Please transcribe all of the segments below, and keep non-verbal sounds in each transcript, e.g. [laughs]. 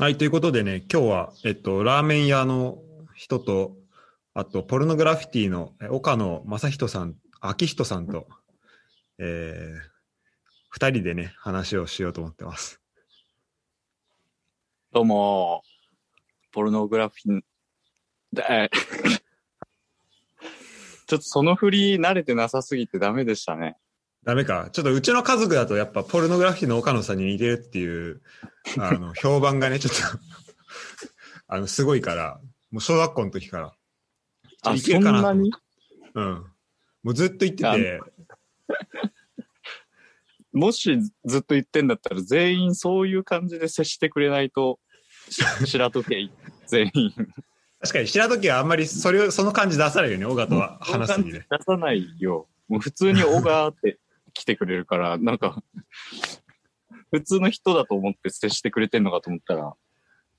はい、ということでね、今日は、えっと、ラーメン屋の人と、あと、ポルノグラフィティのえ岡野正人さん、昭人さんと、えー、二人でね、話をしようと思ってます。どうも、ポルノグラフィン、だえ [laughs] ちょっとその振り慣れてなさすぎてダメでしたね。ダメか。ちょっとうちの家族だと、やっぱ、ポルノグラフィティの岡野さんに似てるっていう、あの、評判がね、ちょっと、あの、すごいから、もう小学校の時から。あ、いそけんるかななにうん。もうずっと言ってあて、もしずっと言ってんだったら全員そういう感じで接してくれないと、し [laughs] 白戸家全員。確かに白時はあんまりそれを、その感じ出さないよね、尾形は話すにね。出さないよ。もう普通にオガーって来てくれるから、なんか、 [laughs] 普通の人だと思って接してくれてんのかと思ったら、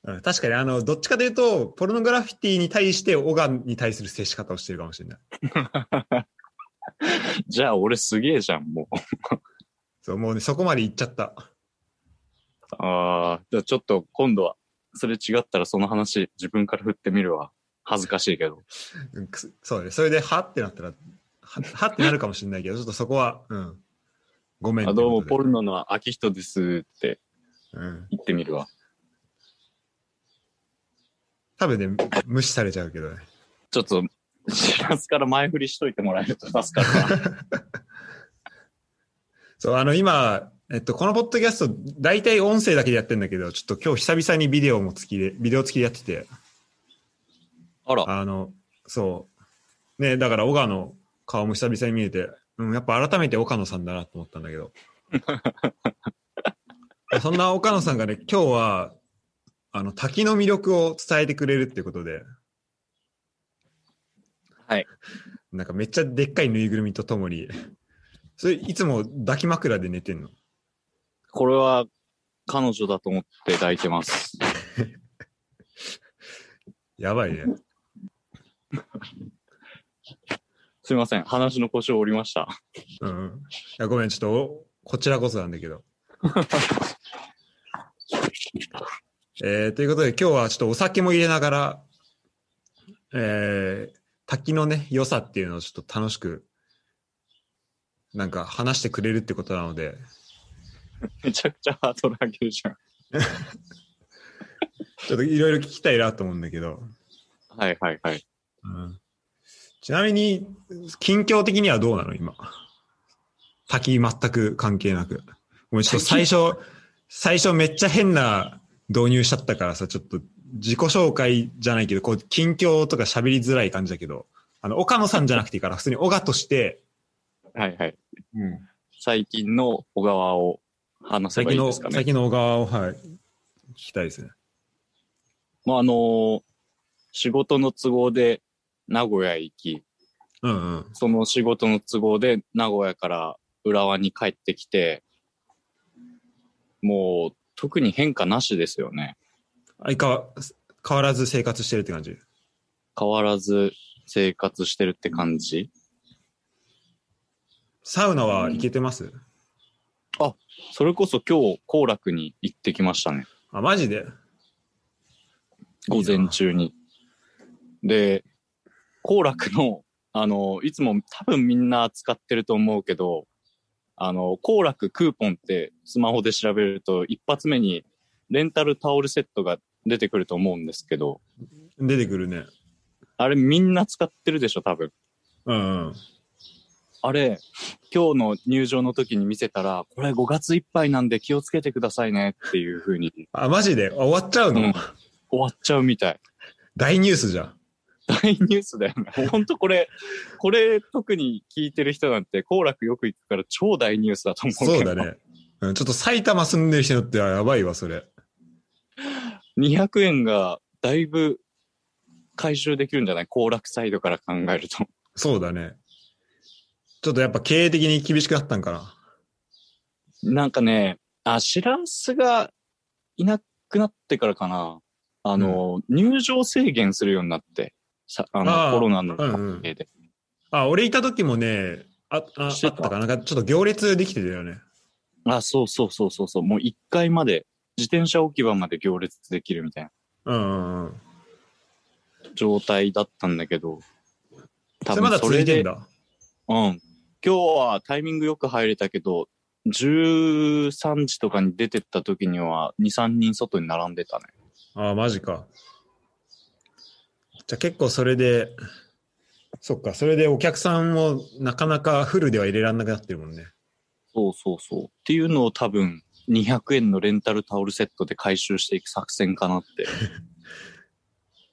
うん確かに、あの、どっちかというと、ポルノグラフィティに対して、オガに対する接し方をしてるかもしれない。じゃあ俺すげえじゃん、もう。そう、もうね、そこまで行っちゃった。ああ、じゃあちょっと今度は、それ違ったらその話自分から振ってみるわ。恥ずかしいけど。うんくすそうね、それで、はってなったら、ははってなるかもしれないけど、ちょっとそこは、うん。ごめんあどうも、ってこポとルでノの秋人ですってうん。言ってみるわ。多分ね、無視されちゃうけどね。ちょっと、知らずから前振りしといてもらえると助かるわ。そう、あの、今、えっと、このポッドキャスト、大体音声だけでやってんだけど、ちょっと今日久々にビデオも付きで、ビデオ付きでやってて、あら、 [laughs] あの、そう。ね、だから、岡野顔も久々に見えて、うん、やっぱ改めて岡野さんだなと思ったんだ [laughs] けど。そんな岡野さんがね、今日は、あの、滝の魅力を伝えてくれるってことで。はい。なんかめっちゃでっかいぬいぐるみとともに、それいつも抱き枕で寝てんのこれは彼女だと思って抱いてます。やばいね。すいません、話の腰を折りました。うんうん。いや、ごめん、ちょっとお、こちらこそなんだけど。えー、ということで、今日はちょっとお酒も入れながら、えー、滝のね、良さっていうのをちょっと楽しく、なんか話してくれるってことなので、めちゃくちゃハードル上げるじゃん。ちょっといろいろ聞きたいなと思うんだけど、はいはいはい。うん、ちなみに、近況的にはどうなの今。滝全く関係なく。ごめん、ちょっと最初、最初めっちゃ変な導入しちゃったからさ、ちょっと自己紹介じゃないけど、こう、近況とか喋りづらい感じだけど、あの、岡野さんじゃなくていいから、普通に小賀として、はいはい。最近の小川を話せ最ばい近いでの、すかね最。近の小川を、はい、聞きたいですね。まあ、あのー仕事の都合で名古屋へ行き、うんうん。その仕事の都合で名古屋から浦和に帰ってきて、もう特に変化なしですよね。相変わ変わらず生活してるって感じ。変わらず生活してるって感じ。サウナは行けてます、それこそ今日、行楽に行ってきましたね。あ、マジで午前中に。で、行楽の、あの、いつも多分みんな使ってると思うけど、あの、行楽クーポンってスマホで調べると、一発目にレンタルタオルセットが出てくると思うんですけど、出てくるね。あれみんな使ってるでしょ、多分。うん、うん。あれ、今日の入場の時に見せたら、これ5月いっぱいなんで気をつけてくださいねっていう風にあ、マジであ終わっちゃうの、うん終わっちゃうみたい。大ニュースじゃん。大ニュースだよね。ほんとこれ、これ特に聞いてる人なんて、行楽よく行くから超大ニュースだと思うそうけど。だ。ね。うん、ちょっと埼玉住んでる人にとってはやばいわ、それ。 200円がだいぶ回収できるんじゃない行楽サイドから考えると。そうだね。ちょっとやっぱ経営的に厳しくなったんかな。なんかね、あ、シラスがいなくなってからかな。あの、入場制限するようになって。さあのあーコロナのうんうん関係で。あ、俺いた時もね、あ、ああっしてたたかな。なんかちょっと行列できてたよね。あ、そうそうそうそうそう。もう1階まで自転車置き場まで行列できるみたいうなんうんうん。状態だったんだけど、それまだ続いてでんだ。うん。今日はタイミングよく入れたけど、13時とかに出てった時には2、3人外に並んでたね。ああ、マジか。じゃあ結構それで、そっか、それでお客さんもなかなかフルでは入れられなくなってるもんね。そうそうそう。っていうのを多分、200円のレンタルタオルセットで回収していく作戦かなって、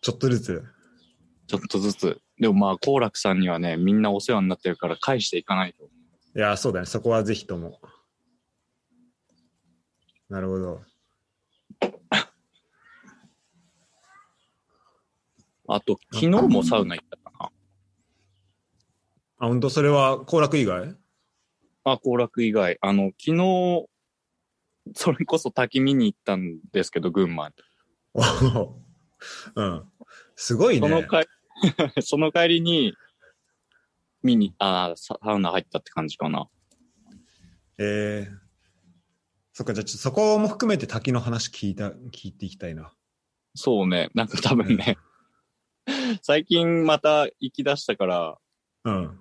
ちょっとずつ。ちょっとずつ。でもまあ、幸楽さんにはね、みんなお世話になってるから返していかないと。いやー、そうだね。そこはぜひとも。なるほど。あと、昨日もサウナ行ったかあ、本当それは行楽以外 [laughs] な。あ、幸楽以外。あの、昨日、それこそ滝見に行ったんですけど、群馬に。おーうん。すごいそのね。帰 [laughs] その帰りに、見に、あーササウナ入ったって感じかな。えー、そっか、じゃあちょっとそこも含めて滝の話聞いた、聞いていきたいな。そうね。なんか多分ね、最近また行き出したから、うん。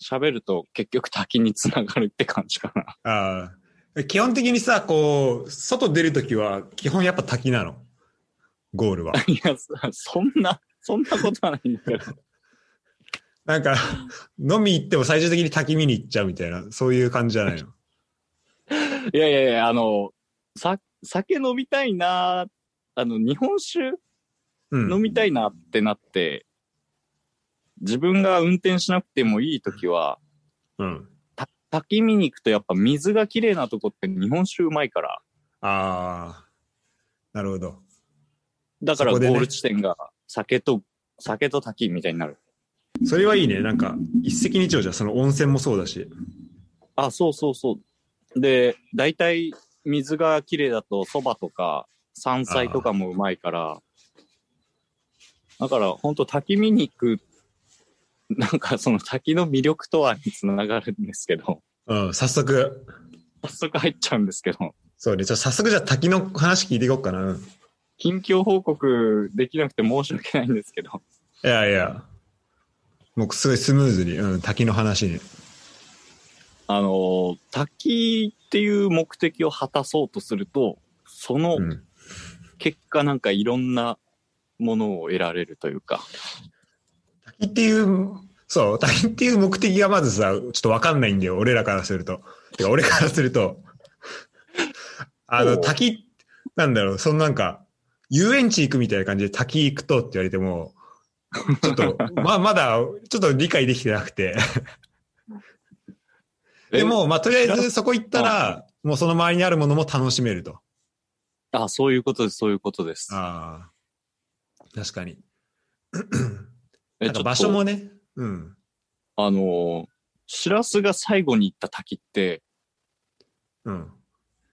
喋ると結局滝につながるって感じかな。ああ。基本的にさ、こう、外出るときは、基本やっぱ滝なの。ゴ [laughs] ールは。 [laughs] いや、そそんな、そんなことはないんだけど。なんか、飲み行っても最終的に滝見に行っちゃうみたいな、そういう感じじゃないの。 [laughs] いやいやいや、あの、さ、酒飲みたいな、あの、日本酒うん。飲みたいなってなって、自分が運転しなくてもいいときは、うん。た滝見に行くとやっぱ水が綺麗なとこって日本酒うまいから。ああ。なるほど。だからそこゴでねール地点が酒と、酒と滝みたいになる。それはいいね。なんか、一石二鳥じゃん、その温泉もそうだし。あ、そうそうそう。で、大体水が綺麗だと蕎麦とか山菜とかもうまいから、だから本当滝見に行く、なんかその滝の魅力とはにつながるんですけど、うん、早速。早速入っちゃうんですけど、そうね。じゃ早速じゃあ滝の話聞いていこうかな。うん近況報告できなくて申し訳ないんですけど、いやいや。もうすごいスムーズに、うん、滝の話に。あの、滝っていう目的を果たそうとすると、そのうん。結果なんかいろんなものを得られるというか、滝っていう、そう、滝っていう目的がまずさ、ちょっとわかんないんだよ、俺らからすると。てか、俺からすると。あおの、う滝、なんだろう、そのなんか、遊園地行くみたいな感じで滝行くとって言われても、ちょっ [laughs] と、ま、まだ、ちょっと理解できてなくて。でも、まあ、とりあえずそこ行ったら、もうその周りにあるものも楽しめると。あ、そういうことです、そういうことです。ああ。確かに。えなんかちょっと場所もね、うん。あのー、しらすが最後に行った滝って、うん。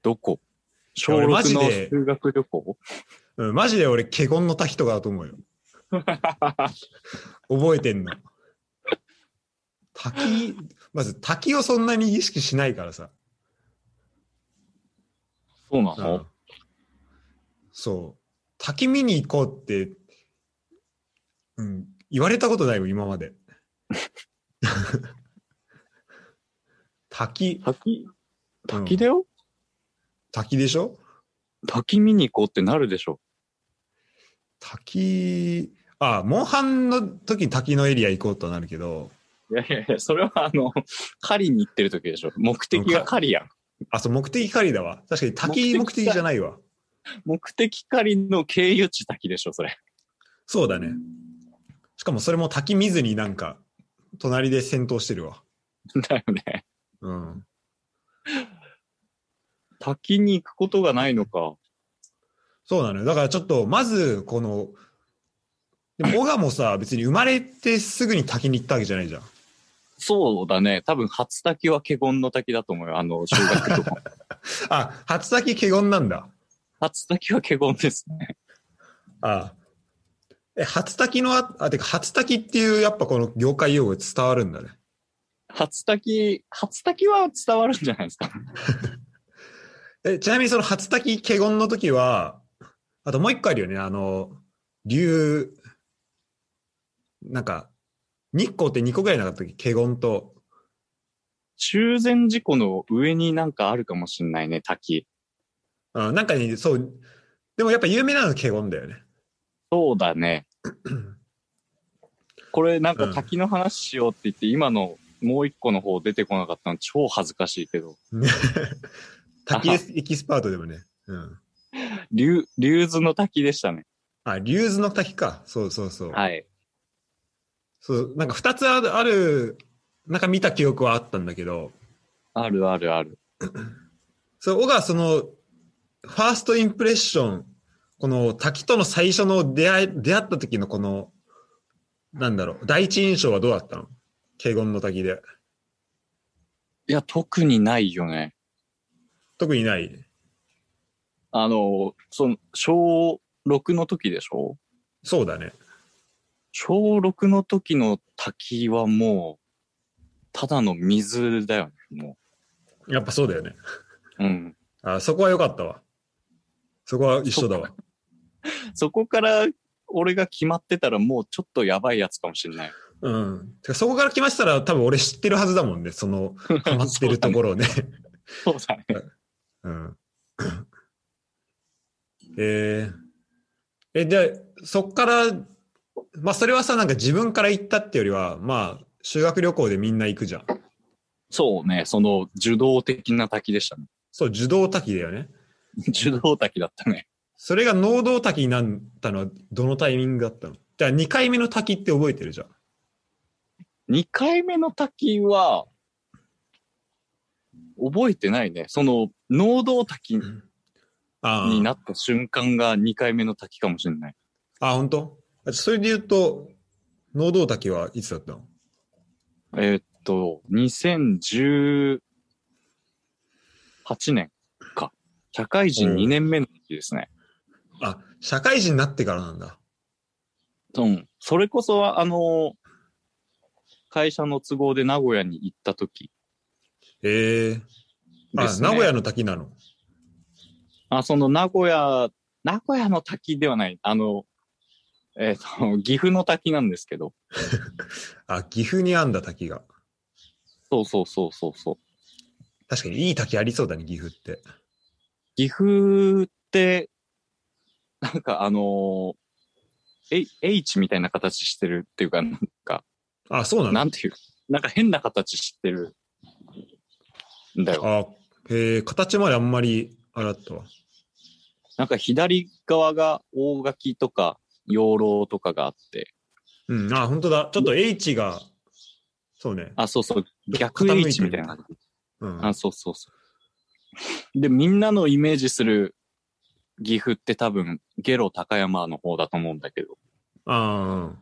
どこ小俺6マジので修学旅行うん、マジで俺、華厳の滝とかだと思 [laughs] うよ。覚えてんの。滝、まず滝をそんなに意識しないからさ。そうなうんのそう。滝見に行こうって、うん、言われたことないよ、今まで。 [laughs] 滝、滝うん滝だよ、滝でしょ滝見に行こうってなるでしょ。滝、あ、モンハンの時に滝のエリア行こうとなるけど、いやいやいや、それはあの、狩りに行ってる時でしょ。目的が狩りやん。あ、そう、目的狩りだわ。確かに滝目目的的かじゃないわ。目的狩りの経由地滝でしょ、それ。そうだね。しかもそれも滝見ずになんか、隣で戦闘してるわ。だよね。うん。滝に行くことがないのか。そうなのよ。だからちょっと、まず、この、でも、オガもさ、別に生まれてすぐに滝に行ったわけじゃないじゃん。そうだね。多分、初滝は華厳の滝だと思うよ。あの、修学 [laughs] 旅行。あ、初滝華厳なんだ。初滝は華厳ですね。ああえ、初滝のあ、あ、てか、初滝っていう、やっぱこの業界用語伝わるんだね。初滝、初滝は伝わるんじゃないですか。え、ちなみにその初滝華厳の時は、あともう一個あるよね、あの、竜、なんか、日光って2個ぐらいなかったっけ華厳と。中禅寺湖の上になんかあるかもしんないね、滝。あなんかね、そう、でもやっぱ有名なのは華厳だよね。 [laughs] そうだね。これなんか滝の話しようって言って、今のもう一個の方出てこなかったの超恥ずかしいけど。ね滝エキスパートでもね。うん。竜、竜頭の滝でしたね。あ、竜頭の滝か。そうそうそう。はい。そう、なんか二つある、ある、なんか見た記憶はあったんだけど、あるあるある。そう、小川その、ファーストインプレッション、この滝との最初の出会い、出会った時のこの、なんだろう、第一印象はどうだったの華厳の滝で。いや、特にないよね。特にない。あの、その、小6の時でしょそうだね。小6の時の滝はもう、ただの水だよね、もやっぱそうだよね。う。うん。あ、そこは良かったわ。そこは一緒だわ。そこから、俺が決まってたらもうちょっとやばいやつかもしれない。うん。てかそこから来ましたら多分俺知ってるはずだもんね。その、ハマってるところをね。そうだね。うん。えー、え、じゃあ、そっから、まあ、それはさ、なんか自分から行ったってよりは、まあ、修学旅行でみんな行くじゃん。そうね、その、受動的な滝でしたね。そう、受動滝だよね。受動滝だったね。それが能動滝になったのは、どのタイミングだったのじゃあ、2回目の滝って覚えてるじゃん。 2回目の滝は、覚えてないね。その、能動滝あにーなった瞬間が2回目の滝かもしれない。あ、本当？あそれで言うと、能動滝はいつだったのえーっと、2018年か。社会人うん2年目の時ですね。あ、社会人になってからなんだ。うん。それこそは、あの、会社の都合で名古屋に行った時ええであ、すね。名古屋の滝なの。あ、その名古屋、名古屋の滝ではない。あの、えーっと、岐阜の滝なんですけど。あ、岐阜にあんだ滝が。そうそうそうそうそう。確かにいい滝ありそうだね、岐阜って。岐阜って、なんかあのー、え、H みたいな形してるっていうか、なんか、あ、そうななのんていうか、なんか変な形してるんだよ。あ、へえ、形まであんまり、あれだったわ。なんか左側が大垣とか養老とかがあって、うん、あ、本当だ。ちょっと H が、そうね。あ、そうそう、逆傾 H みたいな。。うん。あ、そうそうそう。で、みんなのイメージする岐阜って多分、ゲロ高山の方だと思うんだけど、あ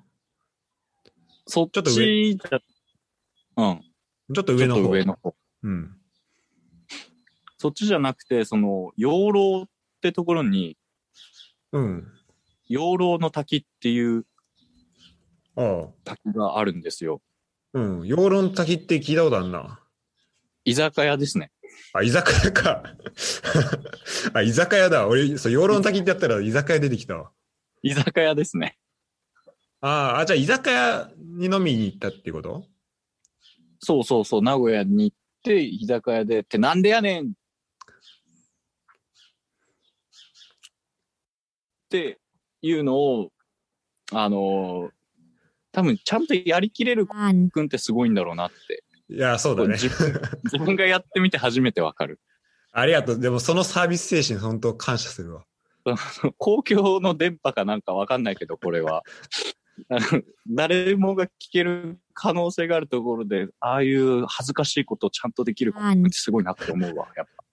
そっちょっとちだうん。ーちょっとち上ょのっと方。上の方。うん。そっちじゃなくて、その、養老ってところに、うん。養老の滝っていうああ。滝があるんですよ。うん。養老の滝って聞いたことあるな。居酒屋ですね。あ、居酒屋か。 [laughs] あ、居酒屋だ。俺、そう、養老の滝ってやったら居酒屋出てきたわ。居酒屋ですね。あーあ、じゃあ居酒屋に飲みに行ったってことそうそうそう、名古屋に行って、居酒屋で、ってなんでやねんっていうのを、あのー多分ちゃんとやりきれる子 on. くんってすごいんだろうなって。いや、そうだね。自分自分がやってみて初めてわかる。 [laughs] ありがとう。でもそのサービス精神、本当感謝するわ。公共の電波かなんかわかんないけど、これは。あの誰もが聞ける可能性があるところで、ああいう恥ずかしいことをちゃんとできる子ってすごいなって思うわ、やっぱ。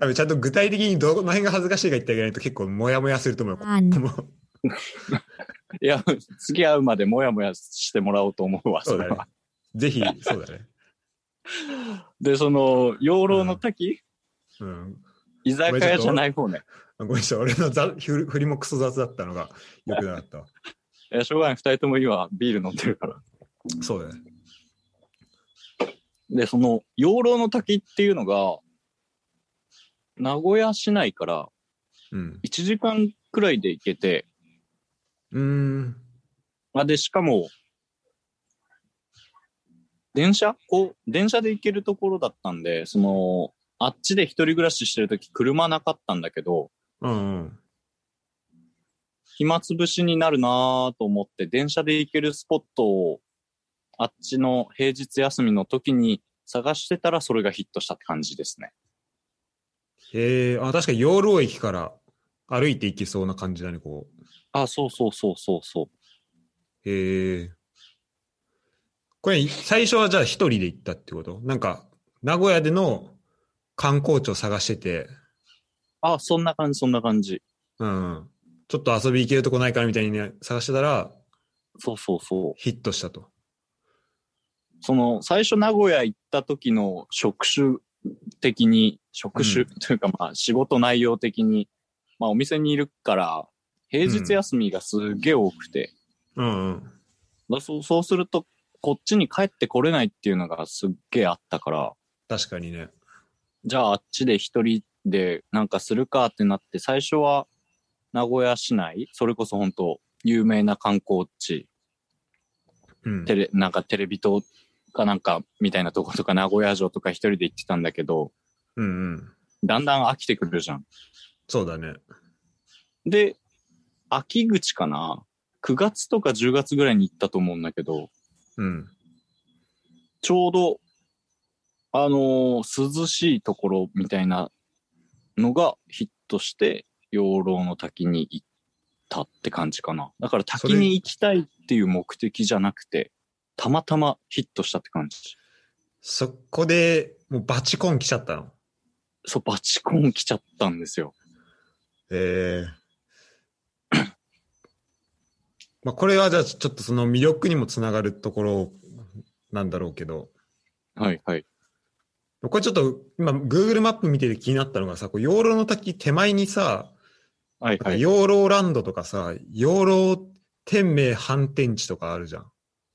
多分ちゃんと具体的にどの辺が恥ずかしいか言ってあげないと結構モヤモヤすると思うよ。 on. もういや、次会うまでもやもやしてもらおうと思うわ、そそうだれねは。。ぜひ、そうだね。で、その、養老の滝、うん。居酒屋じゃない方ね。ごめんなさい、俺のざふ振りもクソ雑だったのが良くなかったわ。いや、しょうがない、二人とも今ビール飲んでるから。そうだね。で、その、養老の滝っていうのが、名古屋市内からうん。 1時間くらいで行けて、うーん。まあ、で、しかも、電車こう、電車で行けるところだったんで、その、あっちで一人暮らししてるとき車なかったんだけど、うんうん。暇つぶしになるなぁと思って、電車で行けるスポットを、あっちの平日休みの時に探してたら、それがヒットしたって感じですね。へえ、あ、確かに養老駅から歩いて行けそうな感じだね、こう。あ、そうそうそうそうそう。へえ。これ、最初はじゃあ一人で行ったってことなんか、名古屋での観光地を探してて、あ、そんな感じ、そんな感じ。うん。ちょっと遊び行けるとこないからみたいにね、探してたら、そうそうそう。ヒットしたと。その、最初名古屋行った時の職種的に、職種うんというかまあ仕事内容的に、まあお店にいるから、平日休みがすげえ多くて、うんうん。だそうそうすると、こっちに帰ってこれないっていうのがすっげえあったから、確かにね。じゃああっちで一人でなんかするかってなって、最初は名古屋市内、それこそ本当有名な観光地、うん。テレ、なんかテレビ塔かなんかみたいなとことか名古屋城とか一人で行ってたんだけど、うんうん。だんだん飽きてくるじゃん。そうだね。で、秋口かな ?9 月とか10月ぐらいに行ったと思うんだけど、うん。ちょうど、あのー涼しいところみたいなのがヒットして、養老の滝に行ったって感じかな。だから滝に行きたいっていう目的じゃなくて、たまたまヒットしたって感じ。そこで、もうバチコン来ちゃったの。そう、バチコン来ちゃったんですよ。ええ [coughs] まあこれはじゃあちょっとその魅力にもつながるところなんだろうけど、はいはい。これちょっと今 Google マップ見てて気になったのがさ、こう養老の滝手前にさ、はいなんはかい。養老ランドとかさ、養老天明反転地とかあるじゃん。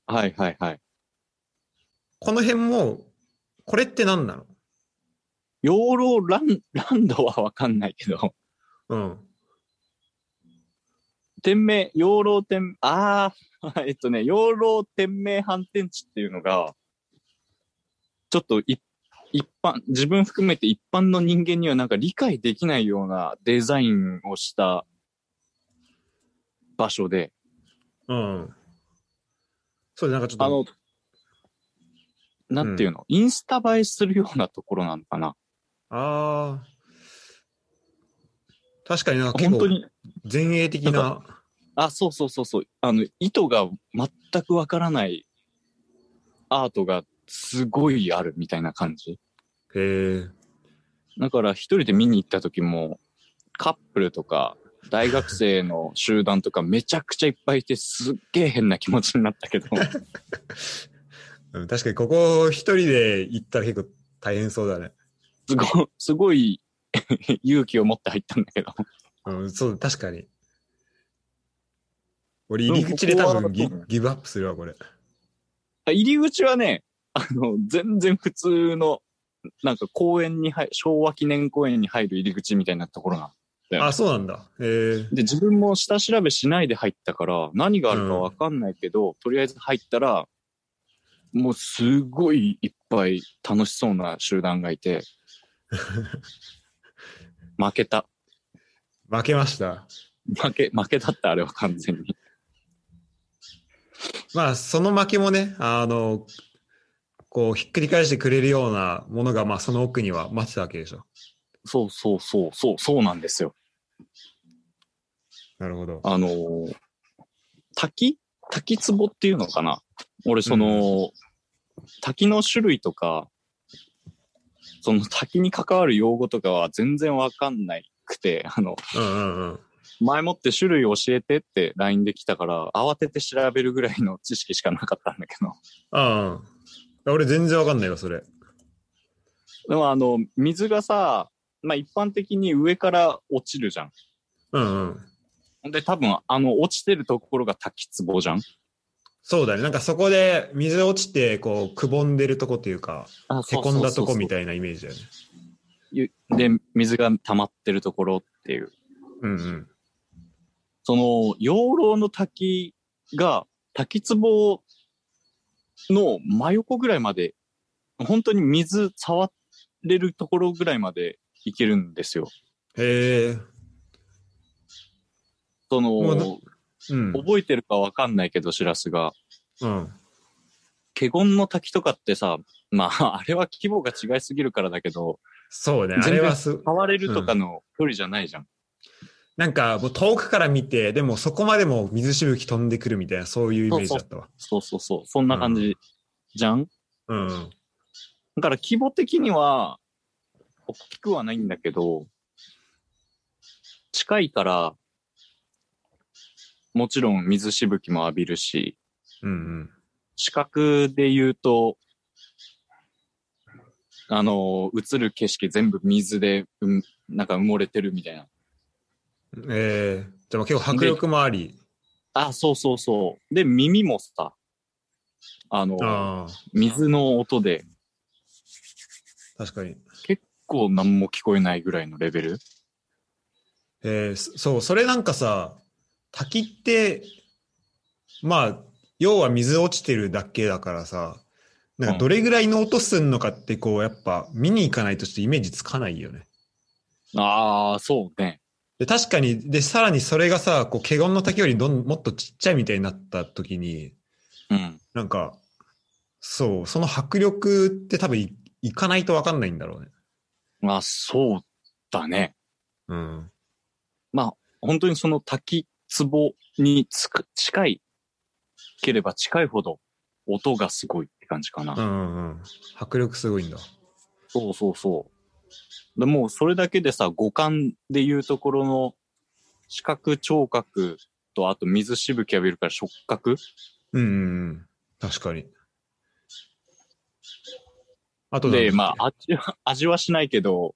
はいはいはい。この辺も、これって何なの養老ラン、ランドはわかんないけど、うん。店名、養老店、ああ、 [laughs] えっとね、養老店名反転地っていうのが、ちょっとい一般、自分含めて一般の人間にはなんか理解できないようなデザインをした場所で、うん。そうでなんかちょっと。あの、なんていうの、インスタ映えするようなところなのかな。あー確かになんか結本当構に前衛的な。あ、そうそうそうそう。あの、意図が全くわからないアートがすごいあるみたいな感じ。へえ。だから一人で見に行った時も、カップルとか、大学生の集団とかめちゃくちゃいっぱいいてすっげえ変な気持ちになったけど。うん確かにここ一人で行ったら結構大変そうだね。すご、すごい [laughs] 勇気を持って入ったんだけど。うん、そう、確かに。俺入り口で多分ギ,、うんここはギブアップするわ、これ。あ入り口はね、あの、全然普通の、なんか公園に入、昭和記念公園に入る入り口みたいなところなのあ、そうなんだ。へえ。で、自分も下調べしないで入ったから、何があるかわかんないけど、とりあえず入ったら、もうすごいいっぱい楽しそうな集団がいて、負けた。負けました。負け、負けだった、あれは完全に。まあ、その負けもね、あの、こう、ひっくり返してくれるようなものが、まあ、その奥には待ってたわけでしょ。そうそうそう、そう、そうなんですよ。なるほど。あのー滝滝壺っていうのかな俺、その、滝の種類とか、その滝に関わる用語とかは全然わかんないくて、あの、うんうんうん。前もって種類教えてって LINE で来たから、慌てて調べるぐらいの知識しかなかったんだけど。ああ。俺全然わかんないわ、それ。でもあの、水がさ、まあ一般的に上から落ちるじゃん。うんうん。ほんで多分あの落ちてるところが滝壺じゃん。そうだね。なんかそこで水落ちて、こう、くぼんでるとこというか、あ、へこんだとこみい。たいなイメージだよね。ゆで、水が溜まってるところっていう。うんうん。その、養老の滝が、滝壺の真横ぐらいまで、本当に水触れるところぐらいまで行けるんですよ。へえ。そもうなの、うん。覚えてるかわかんないけど、しらすが。うん。華厳の滝とかってさ、まあ、あ [laughs] れは規模が違いすぎるからだけど、そうね。全あ然れはす、触れるとかの距離じゃないじゃん。なんかもう遠くから見て、でもそこまでも水しぶき飛んでくるみたいな、そういうイメージだったわ。そうそうそう。そんな感じじゃん、うんうん。だから規模的には、大きくはないんだけど、近いから、もちろん水しぶきも浴びるし、うんうん。視覚で言うと、あの、映る景色全部水で、うん、なんか埋もれてるみたいな。ええでも結構迫力もあり。あ、そうそうそう。で、耳もさ、あの、ああ、水の音で確かに。こう何も聞こえないぐらいのレベル。えー、そそう、それなんかさ、滝って、まあ、要は水落ちてるだけだからさ、なんかどれぐらいの音すんのかって、こう、やっぱ見に行かないとちょっとイメージつかないよね。ああ、そうね。で、確かに、で、さらにそれがさ、こう、華厳の滝よりどん、もっとちっちゃいみたいになった時に、うん。なんか、そう、その迫力って多分いいかないとわかんないんだろうね。まあ、そうだね。うん。本当にその滝壺につく、近いければ近いほど音がすごいって感じかな。うんうんうん。迫力すごいんだ。そうそうそう。でもうそれだけでさ、五感でいうところの視覚、聴覚と、あと水しぶき浴びるから触覚うんうんうん。確かに。あとなんだっけで、まあ、味は、味はしないけど、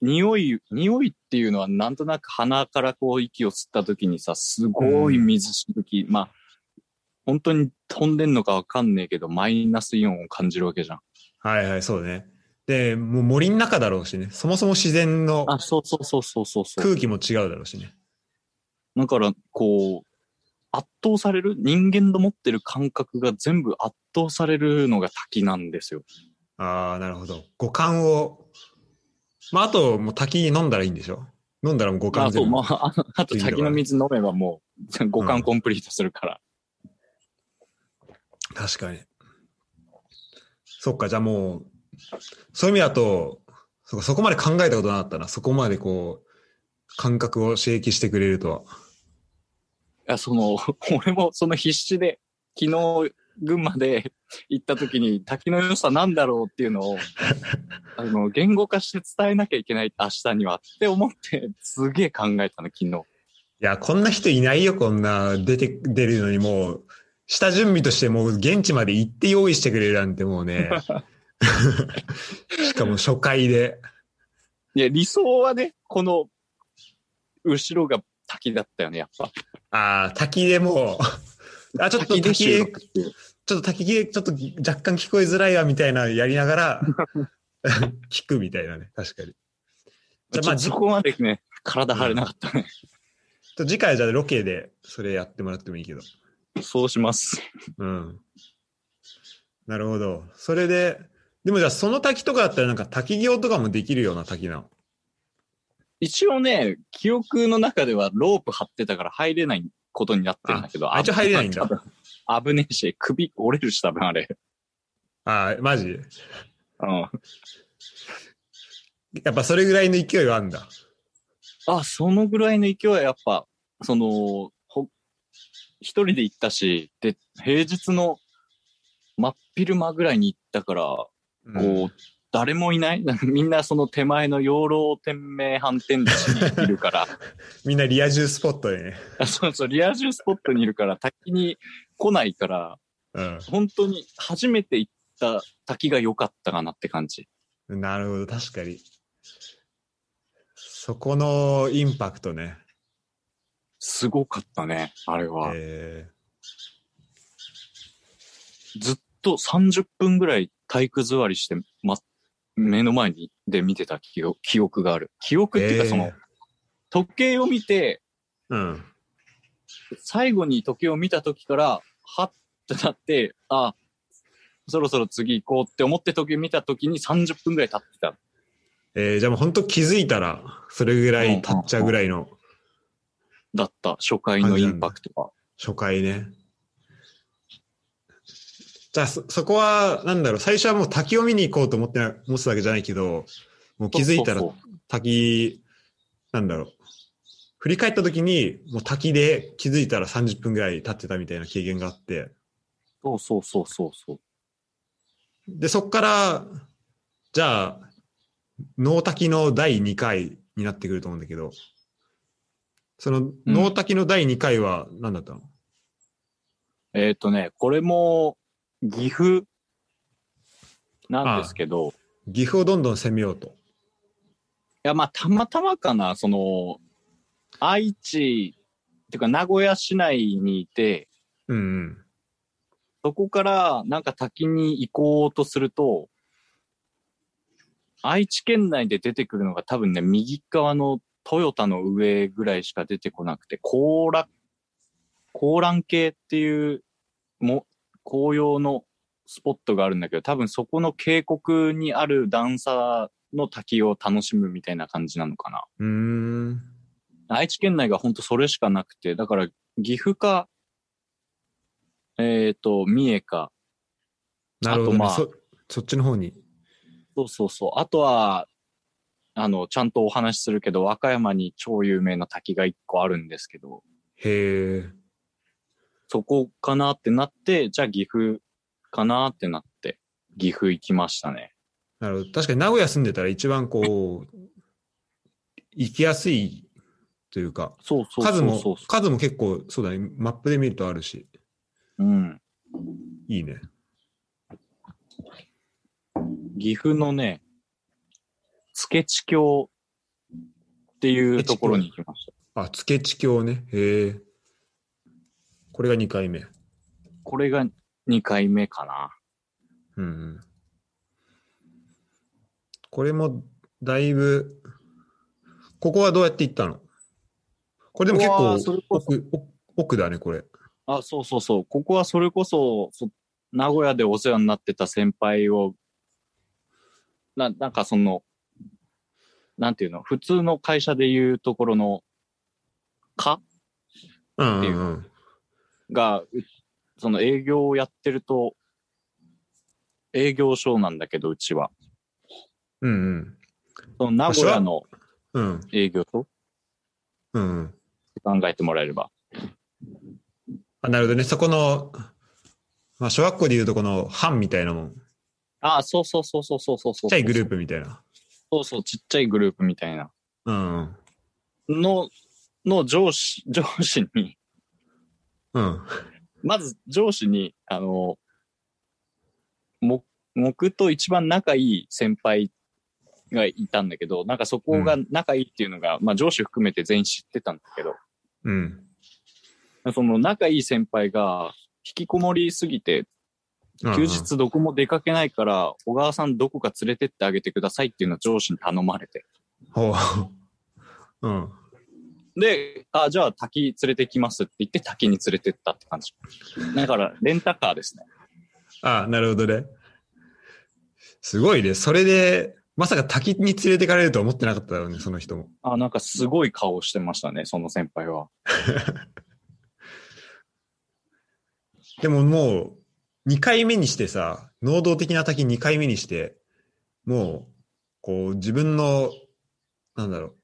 匂い、匂いっていうのはなんとなく鼻からこう息を吸った時にさ、すごい水しぶき、まあ、本当に飛んでんのかわかんねえけど、マイナスイオンを感じるわけじゃん。はいはい、そうね。で、もう森の中だろうしね。そもそも自然のあ、そうそうそうそうそうそう。空気も違うだろうしね。だから、こう、圧倒される人間の持ってる感覚が全部圧倒されるのが滝なんですよ。ああ、なるほど。五感を。まあ、あと、もう滝飲んだらいいんでしょ飲んだらもう五あ感と、全部。まあ、ああと滝の水飲めばもう、五うん感コンプリートするから。確かに。そっか、じゃあもう、そういう意味だと、そっかそこまで考えたことなかったな。そこまでこう、感覚を刺激してくれるとは。いや、その、 [laughs] 俺もその必死で、昨日、群馬で行った時に滝の良さなんだろうっていう [laughs] のを、あの、言語化して伝えなきゃいけない明日にはって思って、すげえ考えたの、昨日。いや、こんな人いないよ、こんな、出て、出るのにもう、下準備としてもう現地まで行って用意してくれるなんてもう [laughs] ね。しかも初回で。いや、理想はね、この、後ろが滝だったよね、やっぱ。ああ、滝でもう、あ、ちょっと滝滝でで収録っていうちょっと滝で、ちょっと若干聞こえづらいわみたいなやりながら、 [laughs] 聞くみたいなね、確かに。じゃあまあちょっとじそこまでね、体張れなかったね。ちょっと次回はじゃあロケでそれやってもらってもいいけど。そうします。うん。なるほど。それで、でもじゃあその滝とかだったらなんか滝行とかもできるような滝なの。一応ね、記憶の中ではロープ張ってたから入れないことになってるんだけど。ああ一応入れないんだ多分。危ねえし、首折れるし、多分あれ。ああ、マジうん。やっぱそれぐらいの勢いはあるんだ。あ、そのぐらいの勢いはやっぱ、その、ほ、一人で行ったし、で、平日の真っ昼間ぐらいに行ったから、こう、うん誰もいない [laughs] みんなその手前の養老天命反転地にいるから、 [laughs] みんなリア充スポットでね。あそうそう、リア充スポットにいるから、滝に来ないから、う本当に初めて行った滝が良かったかなって感じ。ん。なるほど、確かに。そこのインパクトね。すごかったね、あれは。えずっと30分ぐらい体育座りして、ま、目の前にで見てた記憶記憶がある。記憶っていうかその、え時計を見て、ーうん。最後に時計を見た時から、はっってなって、あ、そろそろ次行こうって思って時計見た時に30分ぐらい経ってた。えーじゃあもう本当気づいたら、それぐらい経っちゃうぐらいのだった。初回のインパクトが。初回ね。じゃあそ、そこは、なんだろう、最初はもう滝を見に行こうと思ってな、思ってたわけじゃないけど、もう気づいたらそうそうそう滝、なんだろう。振り返った時に、もう滝で気づいたら30分ぐらい経ってたみたいな経験があって、そうそうそうそう。で、そっから、じゃあ、能滝の第2回になってくると思うんだけど、その能滝の第2回は何だったの、えっ、とね、これも、岐阜なんですけど、い岐阜をどんどん攻めようと。や、まあ、たまたまかな、その、愛知、っていうか、名古屋市内にいて、うんうん。そこから、なんか滝に行こうとすると、愛知県内で出てくるのが多分ね、右側のトヨタの上ぐらいしか出てこなくて、高羅、高蘭系っていう、も、紅葉のスポットがあるんだけど、多分そこの渓谷にある段差の滝を楽しむみたいな感じなのかな。うーん。愛知県内が本当それしかなくて、だから岐阜か、えっ、と、三重か、なるほど、ねあとまあそ。そっちの方に。そうそうそう。あとは、あの、ちゃんとお話しするけど、和歌山に超有名な滝が一個あるんですけど、へえ。そこかなってなって、じゃあ岐阜かなってなって、岐阜行きましたね。なるほど。確かに名古屋住んでたら一番こう、行きやすいというか、そうそうそう数そうも、数も結構、そうだね、マップで見るとあるし、うん。いいね。岐阜のね、付地峡っていうところに行きました。あ、つけ地橋ね。へえ。これが2回目。これが2回目かな。うんうん。これも、だいぶ、ここはどうやって行ったのこれでも結ここ構はそれこそ奥、奥奥だね、これ。あ、そうそうそう。ここはそれこそ、そ名古屋でお世話になってた先輩を、な、なんかその、なんていうの、普通の会社でいうところの、課うんっう、ていうんうん。が、うその営業をやってると、営業所なんだけど、うちは。うんうん。その名古屋のうん営業所うんうん。考えてもらえれば。あなるほどね。そこの、まあ、小学校でいうとこの班みたいなもん。ちあ、そうそうそうそうそうそうそう。ちっちゃいグループみたいな。そうそう、ちっちゃいグループみたいな。うん。の、の上司、上司に、うん。まず上司に、あの、も、僕と一番仲いい先輩がいたんだけど、なんかそこが仲いいっていうのが、まあ上司含めて全員知ってたんだけど、うん。その仲いい先輩が引きこもりすぎて、うん休日どこも出かけないから、小川さんどこか連れてってあげてくださいっていうのを上司に頼まれて。ほう。うん。で、あ、じゃあ滝連れてきますって言って滝に連れてったって感じ。だから、レンタカーですね。あなるほどね。すごいね。それで、まさか滝に連れてかれるとは思ってなかったよね、その人も。あ、なんかすごい顔してましたね、その先輩は。でももう、2回目にしてさ、能動的な滝2回目にして、もう、こう、自分の、なんだろう、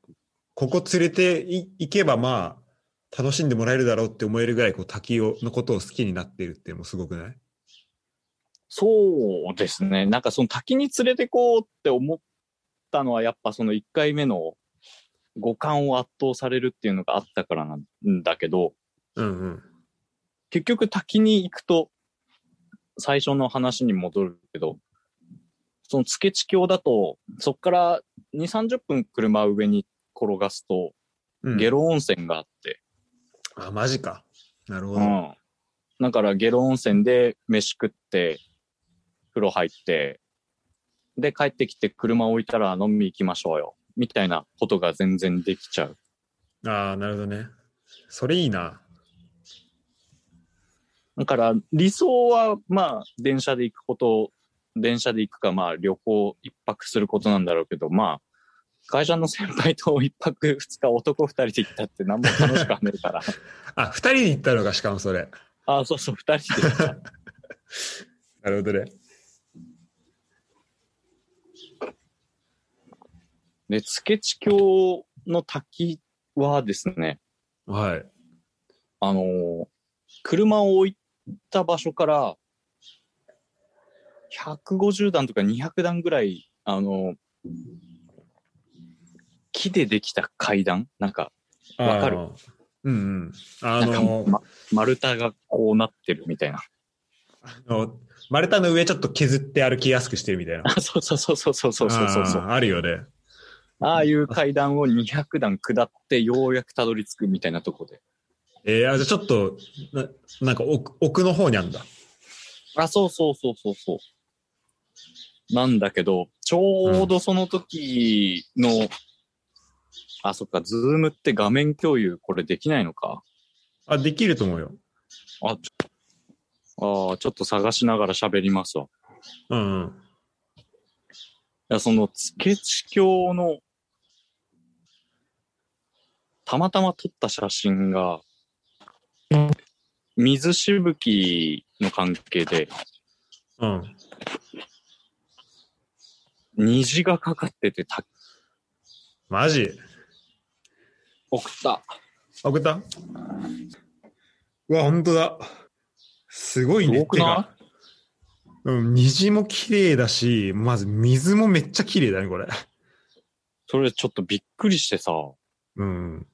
ここ連れてい行けば、まあ、楽しんでもらえるだろうって思えるぐらい、こう、滝を、のことを好きになっているって、もうすごくないそうですね。なんかその滝に連れてこうって思ったのは、やっぱその1回目の五感を圧倒されるっていうのがあったからなんだけど、うんうん。結局滝に行くと、最初の話に戻るけど、その付地橋だと、そっから2、30分車を上に転がすと、うん、下呂温泉があって、あ、マジか。なるほど。うん。だから、ゲロ温泉で飯食って、風呂入って、で、帰ってきて車置いたら飲み行きましょうよ。みたいなことが全然できちゃう。ああ、なるほどね。それいいな。だから、理想は、まあ、電車で行くこと、電車で行くか、まあ、旅行一泊することなんだろうけど、まあ、会社の先輩と一泊二日男二人で行ったって何も楽しくはねえ [laughs] から。あ、二人で行ったのか、しかもそれ。あそうそう、二人で行った。なるほどね。で、つけち橋の滝はですね、はい。あのー車を置いた場所から、150段とか200段ぐらい、あのー木でできた階段なんか、わかるあー。うんうん。あなんかのー、ま丸太がこうなってるみたいな。 [laughs] あの丸太の上ちょっと削って歩きやすくしてるみたいな。あ、そうそうそうそう [laughs] そうそうそうそうあーあるよね。ああいう階段を200段下ってようやくたどり着くみたいなとこで。えー、あじゃあちょっと、ななんか奥奥の方にあるんだ。あ、そうそうそうそうそう。なんだけど、ちょうどその時の、あ、そっか、ズームって画面共有これできないのか。あ、できると思うよ。あ、ちょあーちょっと探しながら喋りますわ。いうん、うん。や、その、つけち教の、たまたま撮った写真が、水しぶきの関係で、うん。虹がかかってて、た、マジ送った。送ったうわ、本当だ。すごいすね。ごくないてかうん、虹も綺麗だし、まず水もめっちゃ綺麗だね、これ。それちょっとびっくりしてさ、もうん。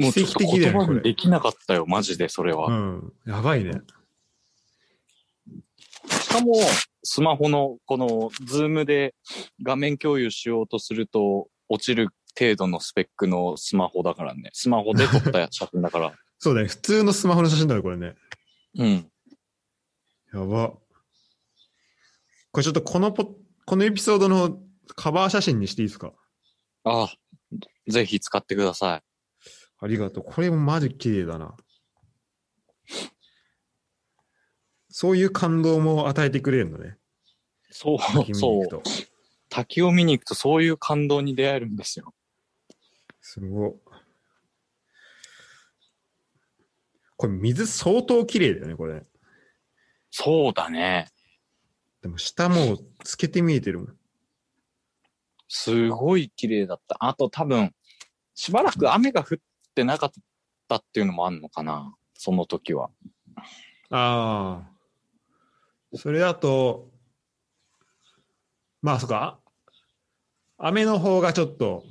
うちょっと言葉これにできなかったよ、マジで、それうは。ん。やばいね。しかも、スマホのこの、ズームで画面共有しようとすると、落ちる程度のスペックのスマホだからね。スマホで撮った写真 [laughs] だから。そうだね。普通のスマホの写真だね、これね。うん。やば。これちょっとこのポ、このエピソードのカバー写真にしていいですかああ、ぜひ使ってください。ありがとう。これもマジ綺麗だな。そういう感動も与えてくれるのね。 [laughs] そ滝う、見にそ行くう。と。滝を見に行くとそういう感動に出会えるんですよ。すごい。これ水相当綺麗だよね、これ。そうだね。でも下もう透けて見えてるもん。すごい綺麗だった。あと多分、しばらく雨が降ってなかったっていうのもあんのかな。その時は。ああ。それだと、まあそっか。あ雨の方がちょっと、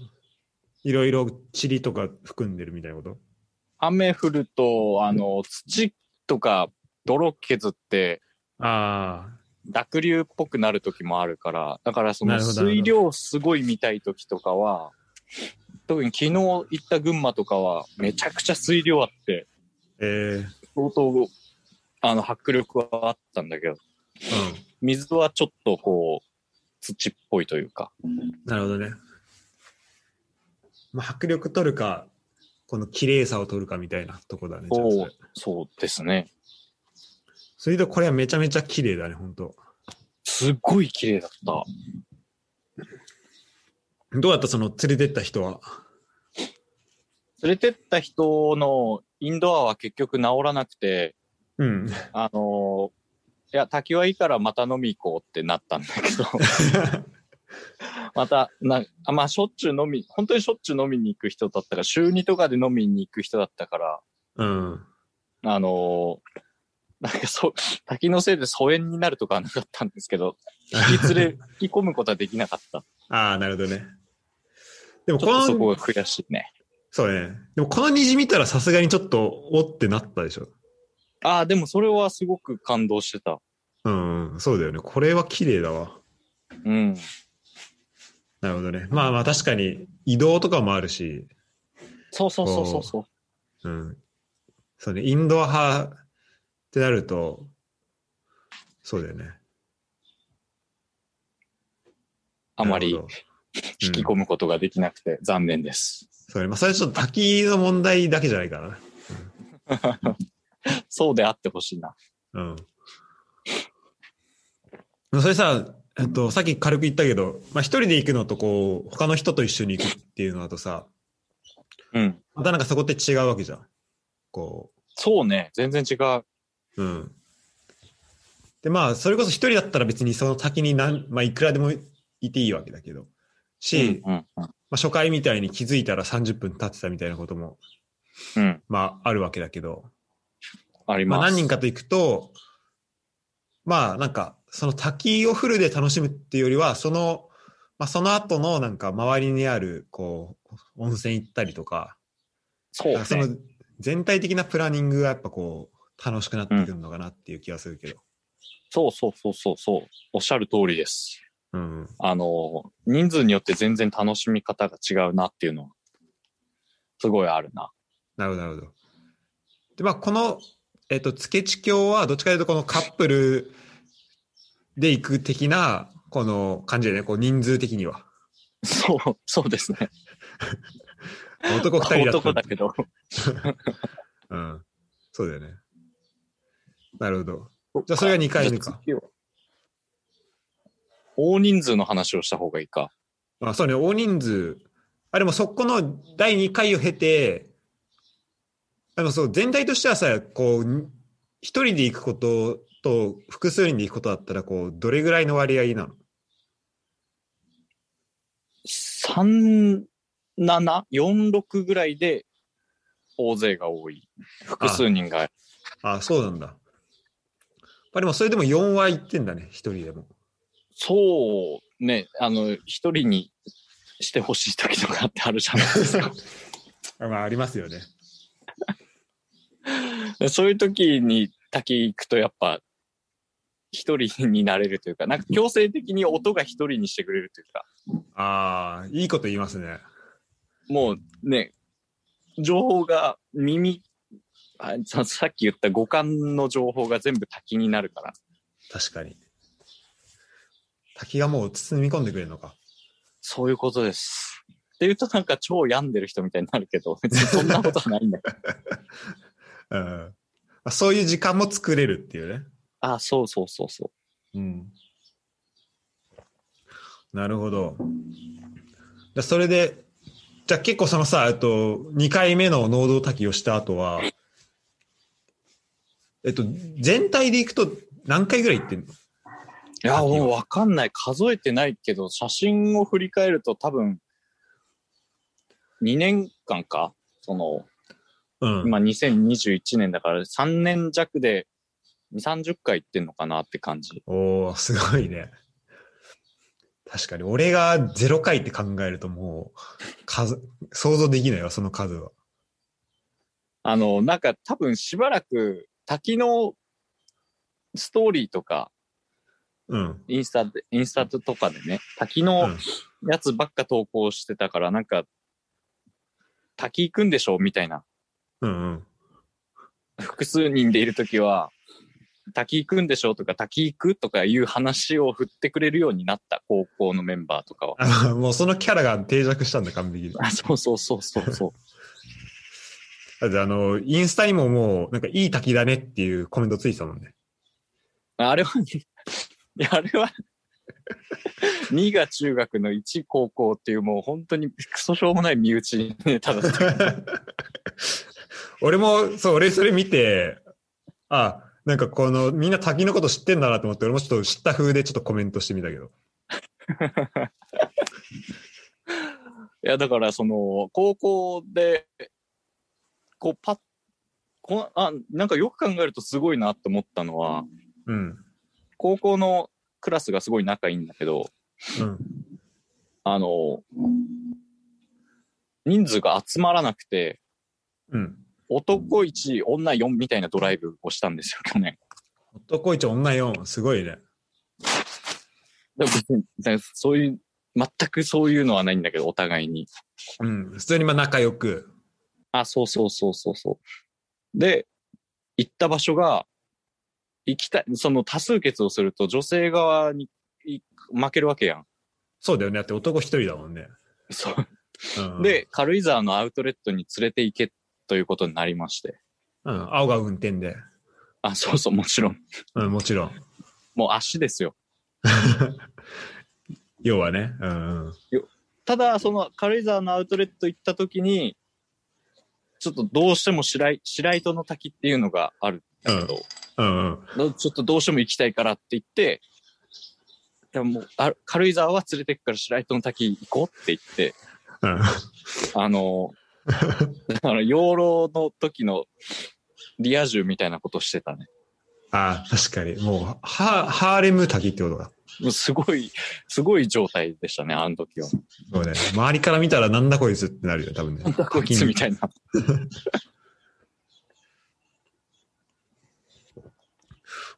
いろいろ塵とか含んでるみたいなこと雨降ると、あの、土とか泥削ってああ。濁流っぽくなる時もあるから、だからそなのるほど水量すごい見たい時とかは、特に昨日行った群馬とかはめちゃくちゃ水量あって、え相当、あの、迫力はあったんだけど、えー。うん。水はちょっとこう、土っぽいというか、なるほどね。まあ、迫力取るか、この綺麗さを取るかみたいなとこだね。そうじゃあそれそうですね。それとこれはめちゃめちゃ綺麗だね、本当すっごい綺麗だった。どうだったその連れてった人は。連れてった人のインドアは結局治らなくて、うん。あのーいや、滝はいいからまた飲み行こうってなったんだけ [laughs] ど、また、なあまあ、しょっちゅう飲み、本当にしょっちゅう飲みに行く人だったから、週2とかで飲みに行く人だったから、うん。あのーなんかそう、滝のせいで疎遠になるとかはなかったんですけど、引き連れ、引き込むことはできなかった。ああ、なるほどね。でもちこょっとの、そこが悔しいね。そうね。でもこの虹見たらさすがにちょっと、おってなったでしょ。ああ、でもそれはすごく感動してた。うん、そうだよね。これは綺麗だわ。うん。なるほどね。まあまあ確かに移動とかもあるし、そうそうそうそうそう。うん。そうね、インドア派ってなると、そうだよね。あまりなるほど引き込むことができなくて残念です。 [laughs] それ、まあ、それはちょっと滝の問題だけじゃないからね。そうであってほしいな。うん。それさ、えっと、さっき軽く言ったけど、まあ、一人で行くのと、こう、他の人と一緒に行くっていうのだとさ、うん。またなんかそこって違うわけじゃん。こそうね。全然違う。う、うん。で、まあ、それこそ一人だったら別にその滝になん、まあ、いくらでもいていいわけだけど、し、うん。うん。まあ、初回みたいに気づいたら30分経ってたみたいなことも、うん。まあ、あるわけだけど、ありま。ますあ、何人かと行くと、まあなんかその滝をフルで楽しむっていうよりはその、まあ、その後のなんか周りにあるこう温泉行ったりとかそう、そねの。全体的なプランニングがやっぱこう楽しくなってくるのかなっていう気がするけど、そうそうそうそうそう。おっしゃる通りです。うん、あの、人数によって全然楽しみ方が違うなっていうのは、すごいあるな。なるほどなるほど。でまあこの、えっとつけ地教はどっちかというとこのカップルで行く的なこの感じでねこう人数的にはそう、そうですね。男2人だったら [laughs] 男だけど。うん。そうだよね。なるほど。じゃあそれが2回目か。じゃあ。大人数の話をした方がいいか。あ、そうね、大人数。あ、でもそこの第2回を経て、あの、そう、全体としてはさ、こう、に一人で行くことと複数人で行くことだったら、こう、どれぐらいの割合なの3、7、4、6ぐらいで大勢が多い。複数人が。あ、そうなんだ。まあでもそれでも4は行ってんだね、一人でも。そうね、あの、一人にしてほしい時とかってあるじゃないですか。あ [laughs] まあ、ありますよね。 [laughs] でそういう時に滝行くとやっぱ一人になれるというか、なんか強制的に音が一人にしてくれるというか、ああ、いいこと言いますね。もうね、情報が耳、あささっき言った五感の情報が全部滝になるから。確かに。滝がもう包み込んでくれるのか。そういうことです。って言うとなんか超病んでる人みたいになるけど、別にそんなことはないんだけど。うんあそういう時間も作れるっていうね。 [laughs] あ、そうそうそうそう。うん。なるほど。だそれで、じゃあ結構そのさ、えっと、2回目の能動滝をした後は、えっと、全体で行くと何回ぐらい行ってんのいや、もうわかんない。数えてないけど、写真を振り返ると多分、2年間かその、うん。今2021年だから3年弱で2、30回行ってんのかなって感じ。おおすごいね。確かに、俺が0回って考えるともう、数、想像できないわ、その数は。あの、なんか多分しばらく滝のストーリーとか、うん。インスタで、インスタとかでね、滝うのんやつばっか投稿してたから、なんか、滝行くんでしょみたいなうんうん。複数人でいるときは、滝行くんでしょとか、滝行くとかいう話を振ってくれるようになった、高校のメンバーとかは。あもうそのキャラが定着したんだ、完璧に。あ、そうそうそうそうそう。だってあの、インスタにももう、なんかいい滝だねっていうコメントついてたもんね。 [laughs] あれは、 [laughs] いや、あれは、2が中学の1高校っていうもう本当にクソしょうもない身内ネタ [laughs] だった。俺も、そう、俺それ見て、あ、なんかこの、みんな滝のこと知ってんだなと思って、俺もちょっと知った風でちょっとコメントしてみたけど。いや、だからその、高校で、こうパッ、こあ、なんかよく考えるとすごいなって思ったのは、うん。高校のクラスがすごい仲いいんだけど、うん。あの、人数が集まらなくて、うん。男1、女4みたいなドライブをしたんですよ、去年。男一女四すごいね。でも別にだからそういう、全くそういうのはないんだけど、お互いに。うん。普通にまあ仲良く。あ、そうそうそうそうそう。で、行った場所が、行きたい、その多数決をすると女性側にい負けるわけやん。そうだよね。だって男一人だもんね。そう。うん、 [laughs] で、軽井沢のアウトレットに連れて行けということになりまして。うん、青が運転で。あ、そうそう、もちろん。うん、もちろん。もう足ですよ。要はね。うんうん。ただ、その軽井沢のアウトレット行った時に、ちょっとどうしても白い白糸の滝っていうのがあるんだけど、うんうん。どちょっとどうしても行きたいからって言って、でももうあ軽井沢は連れてくから白糸の滝行こうって言って、うんあの、 [laughs] だから養老の時のリア充みたいなことしてたね。ああ、確かに。もう、ハーハーレム滝ってことだ。もうすごい、すごい状態でしたね、あの時は。そうね。周りから見たらなんだこいつってなるよね、多分ね。こいつみたいな。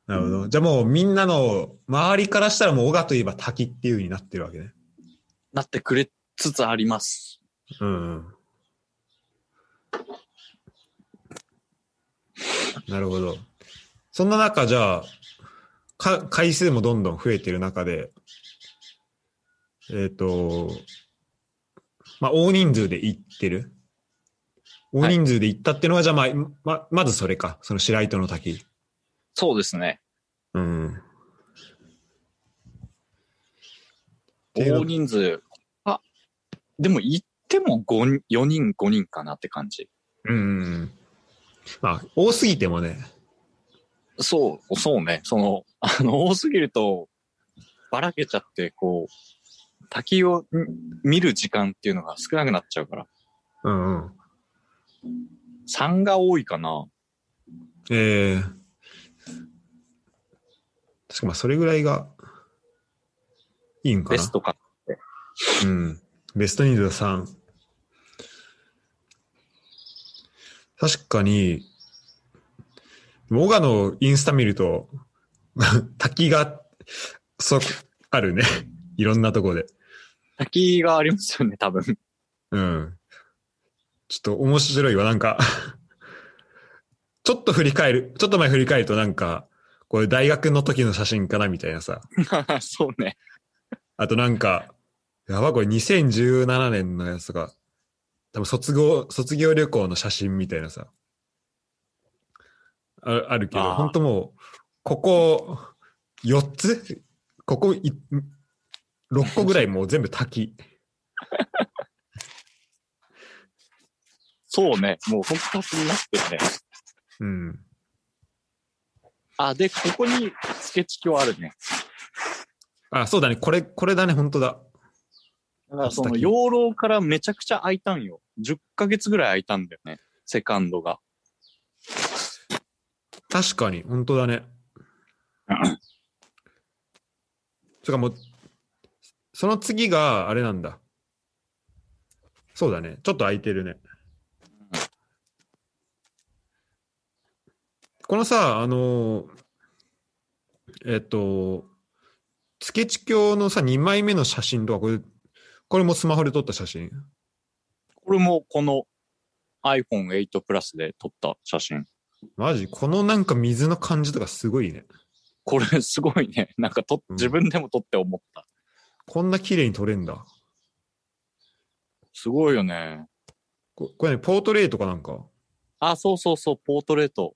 なるほど。じゃあもうみんなの、周りからしたらもう、小川といえば滝っていう風になってるわけね。なってくれつつあります。うん、うん。なるほど。そんな中、じゃあ、か、回数もどんどん増えてる中で、えっ、と、まあ、大人数で行ってる。大人数で行ったってのは、じゃあまあ、ま、まずそれか。その白糸の滝。そうですね。うん。ていう大人数。あ、でも行っても5人、4人、5人かなって感じ。うん。まあ、多すぎてもね。そう、そうね。その、あの、多すぎると、ばらけちゃって、こう、滝をん見る時間っていうのが少なくなっちゃうから。うんうん。 3が多いかな。ええ確かまあ、それぐらいが、いいんかな。ベストか。うん。ベスト人数3。確かに、モガのインスタ見ると、 [laughs] 滝が、そう、あるね。いろんなとこで。滝がありますよね、多分。 [laughs] うん。ちょっと面白いわ、なんか。 [laughs] ちょっと振り返る、ちょっと前振り返るとなんか、これ大学の時の写真かなみたいなさ。そうね。あとなんか、やばいこれ2017年のやつが、多分卒業、卒業旅行の写真みたいなさ。ああるけあど、ーほんともう、ここ4つここい6個ぐらいもう全部滝。そうね。もう本当滝になってるね。うん。あ、で、ここにスケッチ鏡あるね。あ、そうだね。これ、これだね。本当だ。だからその滝養老からめちゃくちゃ空いたんよ。10ヶ月ぐらい空いたんだよね。セカンドが。確かに、本当だね。それかもう、その次があれなんだ。そうだね。ちょっと空いてるね。このさ、あのーえっと、スケチ鏡のさ、2枚目の写真とか、これ、これもスマホで撮った写真。これもこの iPhone8 プラスで撮った写真。マジこのなんか水の感じとかすごいね。これすごいね。なんかとうん自分でも撮って思った。こんな綺麗に撮れんだ。すごいよね。ここれね、ポートレートかなんか。あ、そうそうそう、ポートレート。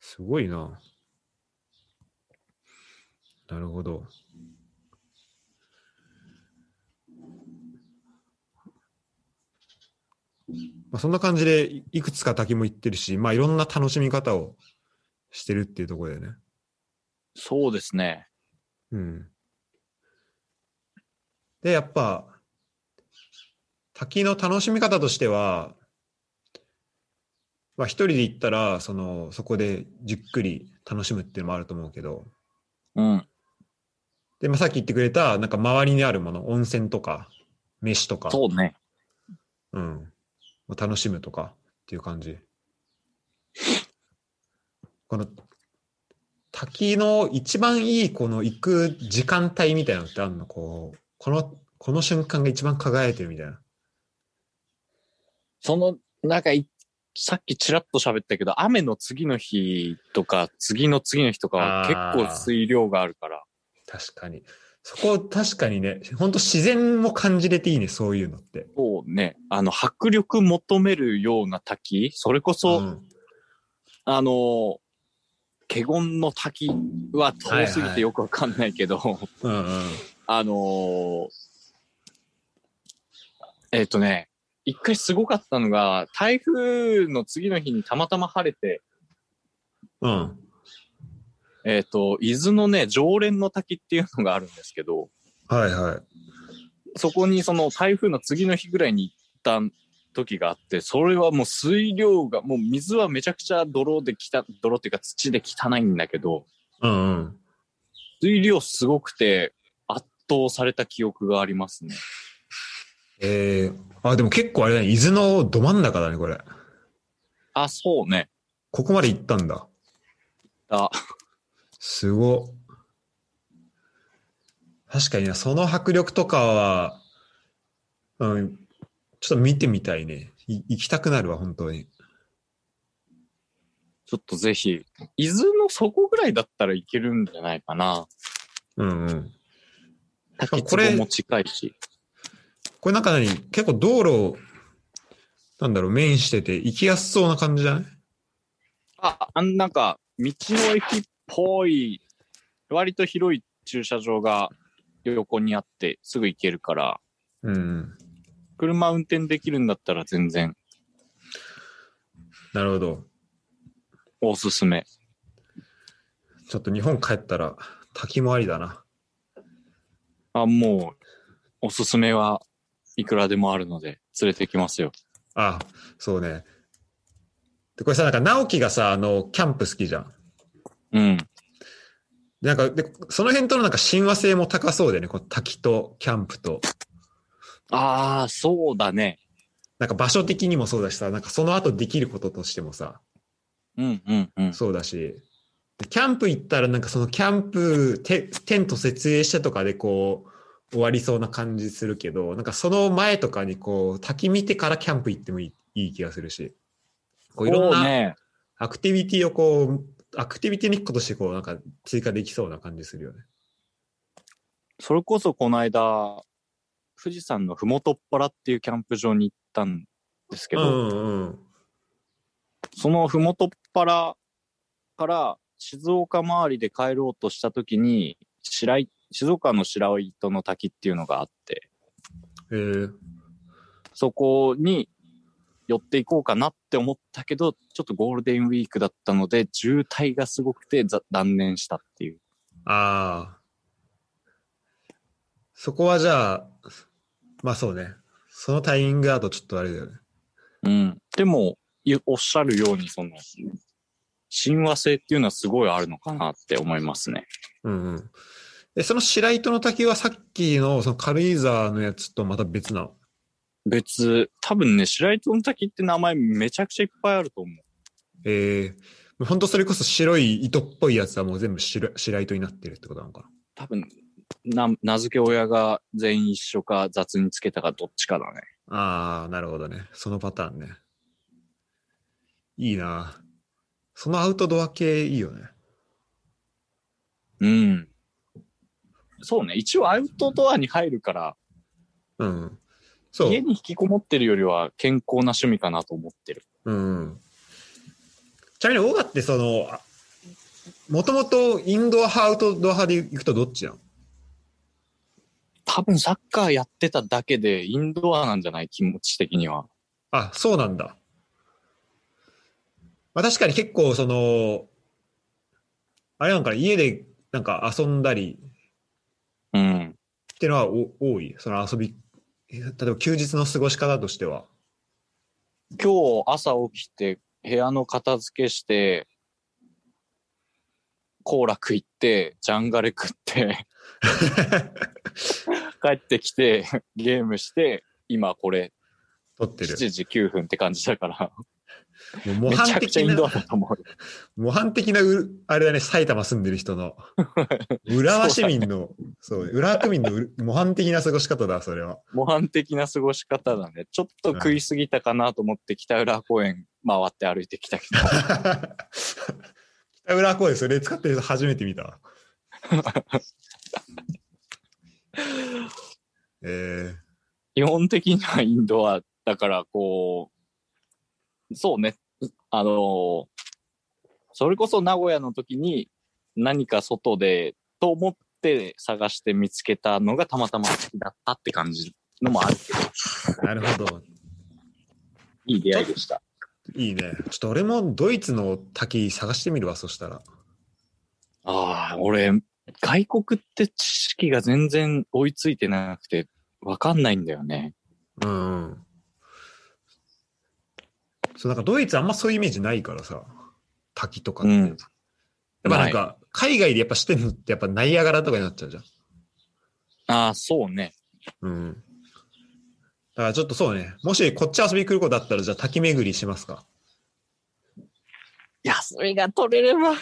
すごいな。なるほど。まあ、そんな感じでいいくつか滝も行ってるし、まあ、いろんな楽しみ方をしてるっていうところだよね。そうですね。うん。で、やっぱ、滝の楽しみ方としては、まあ、一人で行ったら、その、そこでじっくり楽しむっていうのもあると思うけど、うん。で、まあ、さっき言ってくれた、なんか周りにあるもの、温泉とか、飯とか、そうね。うん。まあ楽しむとかっていう感じ。この、滝の一番いい、この行く時間帯みたいなのってあるのこう、この、この瞬間が一番輝いてるみたいな。その、なんかい、さっきちらっと喋ったけど、雨の次の日とか、次の次の日とかは結あー構水量があるから。確かに。そこ確かにね、ほんと自然も感じれていいね、そういうのって。そうね、あの、迫力求めるような滝、それこそ、んあの、華厳の滝は遠すぎてよくわかんないけど、うんうん。あのーえっ、とね、一回すごかったのが、台風の次の日にたまたま晴れて、うん。えっ、と、伊豆のね、常連の滝っていうのがあるんですけど、はいはい。そこにその台風の次の日ぐらいに行った時があって、それはもう水量が、もう水はめちゃくちゃ泥できた、泥っていうか土で汚いんだけど、うんうん。水量すごくて圧倒された記憶がありますね。えー、あ、でも結構あれだね、伊豆のど真ん中だね、これ。あ、そうね。ここまで行ったんだ。あ、すごっ。確かにな、その迫力とかは、うん、ちょっと見てみたいね。い行きたくなるわ、本当に。ちょっとぜひ、伊豆の底ぐらいだったらいけるんじゃないかな。うんうん。滝これ壺も近いし。これなんか何結構道路、なんだろう、面してて、行きやすそうな感じじゃないあ、あんなんか、道の駅っぽい、割と広い駐車場が横にあって、すぐ行けるから、うんうん。車運転できるんだったら全然なるほど。おすすめ。ちょっと日本帰ったら、滝もありだな。あ、もう、おすすめはいくらでもあるので、連れてきますよ。あ、そうね。で、これさ、なんか、直樹がさ、あの、キャンプ好きじゃん。うん。でなんか、で、その辺とのなんか親和性も高そうでね、この滝とキャンプと。ああ、そうだね。なんか場所的にもそうだしさ、なんかその後できることとしてもさ、うんうんうん。そうだし、でキャンプ行ったらなんかそのキャンプ、テテント設営してとかでこう、終わりそうな感じするけど、なんかその前とかにこう、滝見てからキャンプ行ってもいいいい気がするし、こういろんそうなね。アクティビティをこう、アクティビティの一個としてこう、なんか追加できそうな感じするよね。それこそこの間、富士山のふもとっぱらっていうキャンプ場に行ったんですけうど、んうんそのふもとっぱらから静岡周りで帰ろうとした時に、白い、静岡の白糸の滝っていうのがあって、うん。へえそこに寄っていこうかなって思ったけど、ちょっとゴールデンウィークだったので、渋滞がすごくてざ断念したっていう。ああ。そこはじゃあ、まあそうね。そのタイミングだとちょっとあれだよね。うん。でも、いおっしゃるように、その、親和性っていうのはすごいあるのかなって思いますね。うんうん。で、その白糸の滝はさっきのその軽井沢のやつとまた別なの。別、多分ね、白糸の滝って名前めちゃくちゃいっぱいあると思う。ええー。ほんとそれこそ白い糸っぽいやつはもう全部白白糸になってるってことなのかな。多分な名付け親が全員一緒か雑につけたかどっちかだね。ああ、なるほどね。そのパターンね。いいなそのアウトドア系いいよね。うん。そうね。一応アウトドアに入るから、うん。そう。家に引きこもってるよりは健康な趣味かなと思ってる。うん。ちなみに、オガってその、もともとインドア派、アウトドア派で行くとどっちなの多分サッカーやってただけでインドアなんじゃない気持ち的には。あ、そうなんだ。まあ、確かに結構その、あれなんかな家でなんか遊んだりうん。っていうのはお多い。その遊び、例えば休日の過ごし方としては。 [laughs] 今日朝起きて部屋の片付けして、行楽行って、ジャンガレ食って、 [laughs] 帰ってきて、ゲームして、今これ撮ってる。 7時9分って感じだから、もう模めち範ゃくちゃ的インドアな、だと思う。模範的なう、あれだね、埼玉住んでる人の。浦和市民の、そう、浦和区民のう模範的な過ごし方だ、それは。 [laughs] 模範的な過ごし方だね。ちょっと食いすぎたかなと思って北浦公園回って歩いてきたけど、北浦公園それ使ってる人初めて見たわえー、基本的にはインドアだからこうそうねあのそれこそ名古屋の時に何か外でと思って探して見つけたのがたまたま好きだったって感じのもあるなるほど。いい出会いでしたいいね。ちょっと俺もドイツの滝探してみるわ、そしたら。ああ俺外国って知識が全然追いついてなくてわかんないんだよねうん、うん。そう、なんかドイツあんまそういうイメージないからさ、滝とかって。うんやっぱなんか、海外でやっぱしてるのってやっぱナイアガラとかになっちゃうじゃん。ああそうねうん。だからちょっとそうね、もしこっち遊びに来る子だったら、じゃあ滝巡りしますか。休みが取れれば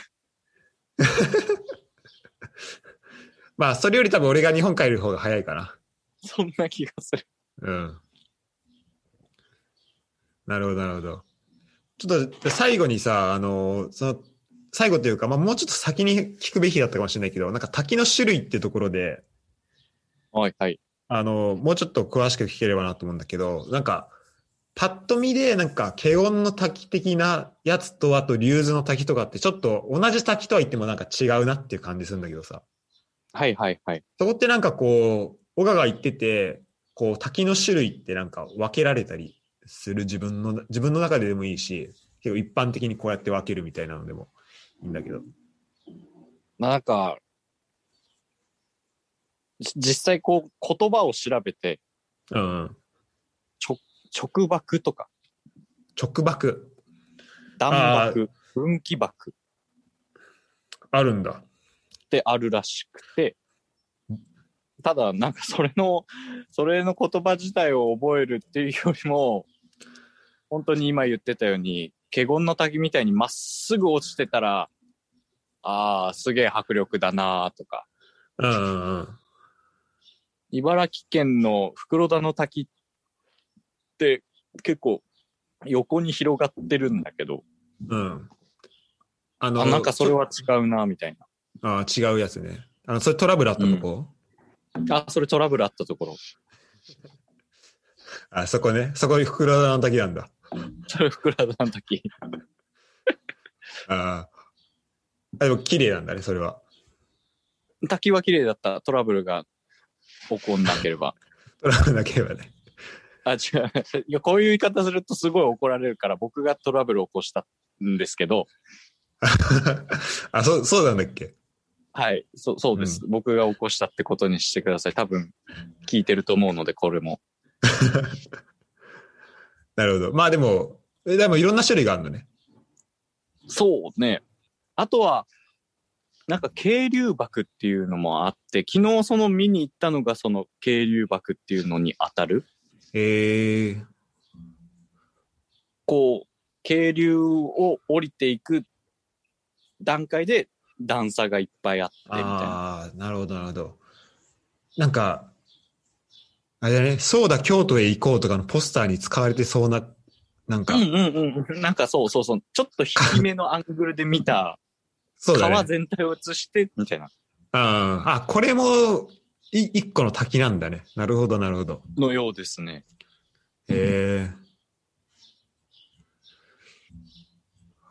まあ、それより多分俺が日本帰る方が早いかな。そんな気がするうん。なるほど、なるほど。ちょっと最後にさ、あの、その、最後というか、まあ、もうちょっと先に聞くべきだったかもしれないけど、なんか滝の種類ってところで、はいはいあの、もうちょっと詳しく聞ければなと思うんだけど、なんか、パッと見で、なんか、華厳の滝的なやつと、あと、竜頭の滝とかって、ちょっと、同じ滝とは言ってもなんか違うなっていう感じするんだけどさ。はいはいはいそこってなんかこう、小川が言ってて、こう、滝の種類ってなんか分けられたりする自分の、自分の中ででもいいし、結構一般的にこうやって分けるみたいなのでもいいんだけど。なんかじ実際こう言葉を調べてうん。直爆とか直爆弾あ爆分岐爆あるんだ。ってあるらしくてただなんかそれのそれの言葉自体を覚えるっていうよりも本当に今言ってたように華厳の滝みたいにまっすぐ落ちてたらああすげえ迫力だなーとかうんうんうん。茨城県の袋田の滝って結構横に広がってるんだけど、うん。ああ、なんかそれは違うな、みたいああ、違うやつね。あの、それトラブルあったとこ、な。あ、それトラブルあったところ。あ、そこね。そこ、袋田の滝なんだ。それ袋田の滝。あーあ。でも、綺麗なんだね、それは。 [laughs] 滝は綺麗だった。トラブルが起こんなければ。トラブルなければね。 [laughs] あ、違う。 [laughs] いや、こういう言い方するとすごい怒られるから、僕がトラブルを起こしたんですけど、あ、そう、そうなんだっけはい、そそうです、僕が起こしたってことにしてください。多分、聞いてると思うので、これも。なるほど。まあでも、えでもいろんな種類があるのね。そうね。あとは、なんか、渓流爆っていうのもあって、昨日その見に行ったのが、その渓流爆っていうのに当たる、ええこう、渓流を降りていく段階で段差がいっぱいあって、みたいな。ああ、なるほど、なるほど。なんか、あれだね、そうだ、京都へ行こうとかのポスターに使われてそうな、なんか、うんうんうん。なんかそうそうそう。ちょっと低めのアングルで見た、 [laughs] そうだ川ね。全体を映して、みたいなああ、これも、い、一個の滝なんだね。なるほど、なるほど。のようですね。へえ。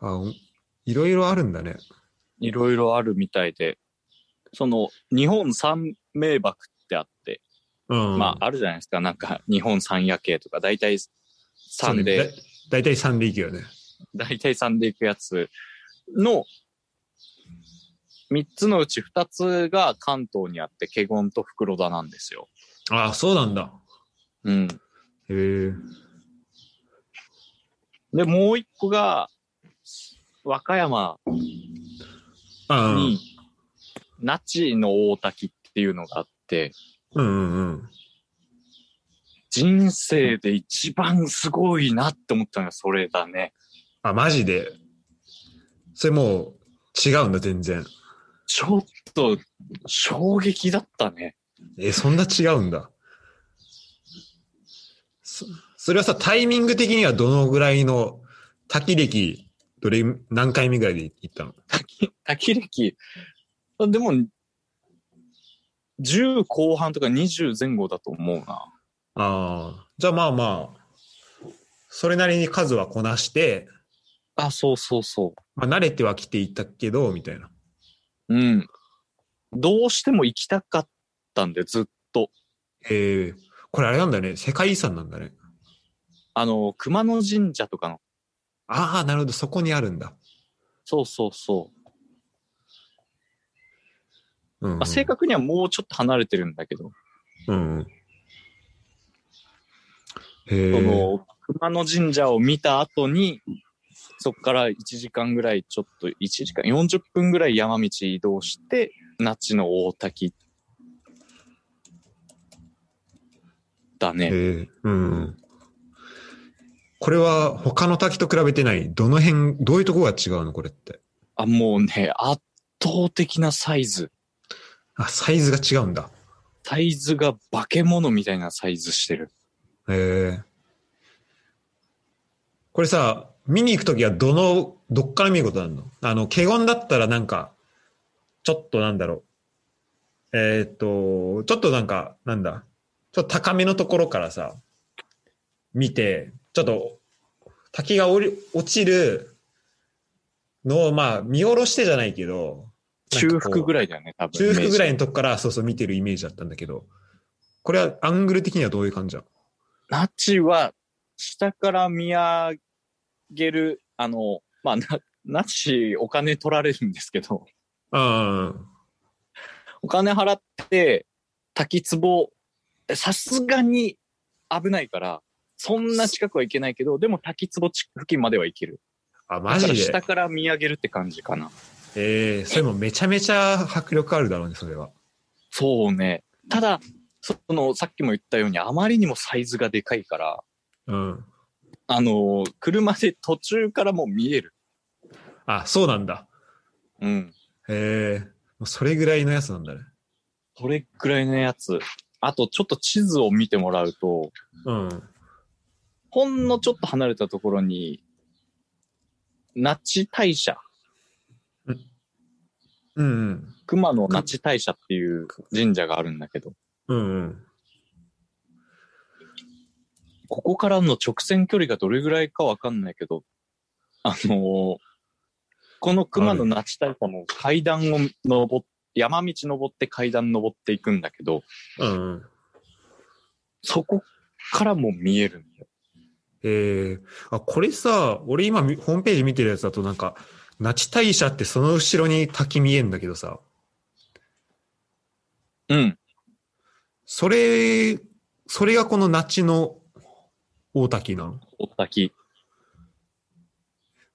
あ、おいろいろあるんだね。いろいろあるみたいで。その、日本三名瀑ってあって、うん。まあ、あるじゃないですか。なんか、日本三夜景とか、大体3で、そうねだいたい3で行くよね。大体3で行くやつの、3つのうち2つが関東にあって、華厳と袋田なんですよ。ああ、そうなんだ。うん。へえ。で、もう1個が、和歌山あに、那智の大滝っていうのがあって、うんうんうん。人生で一番すごいなって思ったのがそれだね。あ、マジで。それもう違うんだ、全然。ちょっと衝撃だったね。え、そんな違うんだ。そそれはさ、タイミング的にはどのぐらいの滝歴、どれ、何回目ぐらいで行ったの滝、滝歴。でも、 10後半とか20前後だと思うな。ああ、じゃあまあまあ、それなりに数はこなして、あ、そうそうそまあ、慣れてはきていたけど、みたいな。う。うん。どうしても行きたかったんで、ずっと。ええこれあれなんだね。世界遺産なんだね。あの、熊野神社とかの。ああ、なるほど。そこにあるんだ。そうそうそう。うん、うん。まあ、正確にはもうちょっと離れてるんだけど、うんうん。そへえ。の、熊野神社を見た後に、そこから1時間ぐらい、ちょっと1時間、40分ぐらい山道移動して、那智の大滝。だね。へえ。うんうん。これは他の滝と比べてない。どの辺、どういうとこが違うのこれって。あ、もうね、圧倒的なサイズ。あ、サイズが違うんだ。サイズが化け物みたいなサイズしてる。へえ。これさ、見に行くときはどの、どっから見ることあるのあの、華厳だったらなんか、ちょっとなんだろう。えーっと、ちょっとなんか、なんだ。ちょっと高めのところからさ、見て、ちょっと、滝が降り落ちるのを、まあ、見下ろしてじゃないけど、中腹ぐい。らいだよね、多分。中腹ぐらいイメージ。のとこから、そうそう見てるイメージだったんだけど、これはアングル的にはどういう感じだ那智は、下から見上げる、あの、まあ、な那智お金取られるんですけど、あお金払って、滝壺、さすがに危ないから、そんな近くは行けないけど、でも滝壺付近までは行ける。あ、あマジだからで下から見上げるって感じかな。ええそれもめちゃめちゃ迫力あるだろうね、それは。そうね。ただ、その、さっきも言ったように、あまりにもサイズがでかいから、うん。あの、車で途中からもう見える。あ、そうなんだ。うん。ええもうそれぐらいのやつなんだね。それくらいのやつ。あと、ちょっと地図を見てもらうと、うん。ほんのちょっと離れたところに、那智大社、うんうん。熊野那智大社っていう神社があるんだけど、うんうん。ここからの直線距離がどれぐらいかわかんないけど、あのーこの熊野那智大社の階段を登っ山道登って階段登っていくんだけど、うんうん。そこからも見えるんだよ。ええあ、これさ、俺今みホームページ見てるやつだとなんか、那智大社ってその後ろに滝見えんだけどさ、うん。それ、それがこの那智の大滝なのお滝。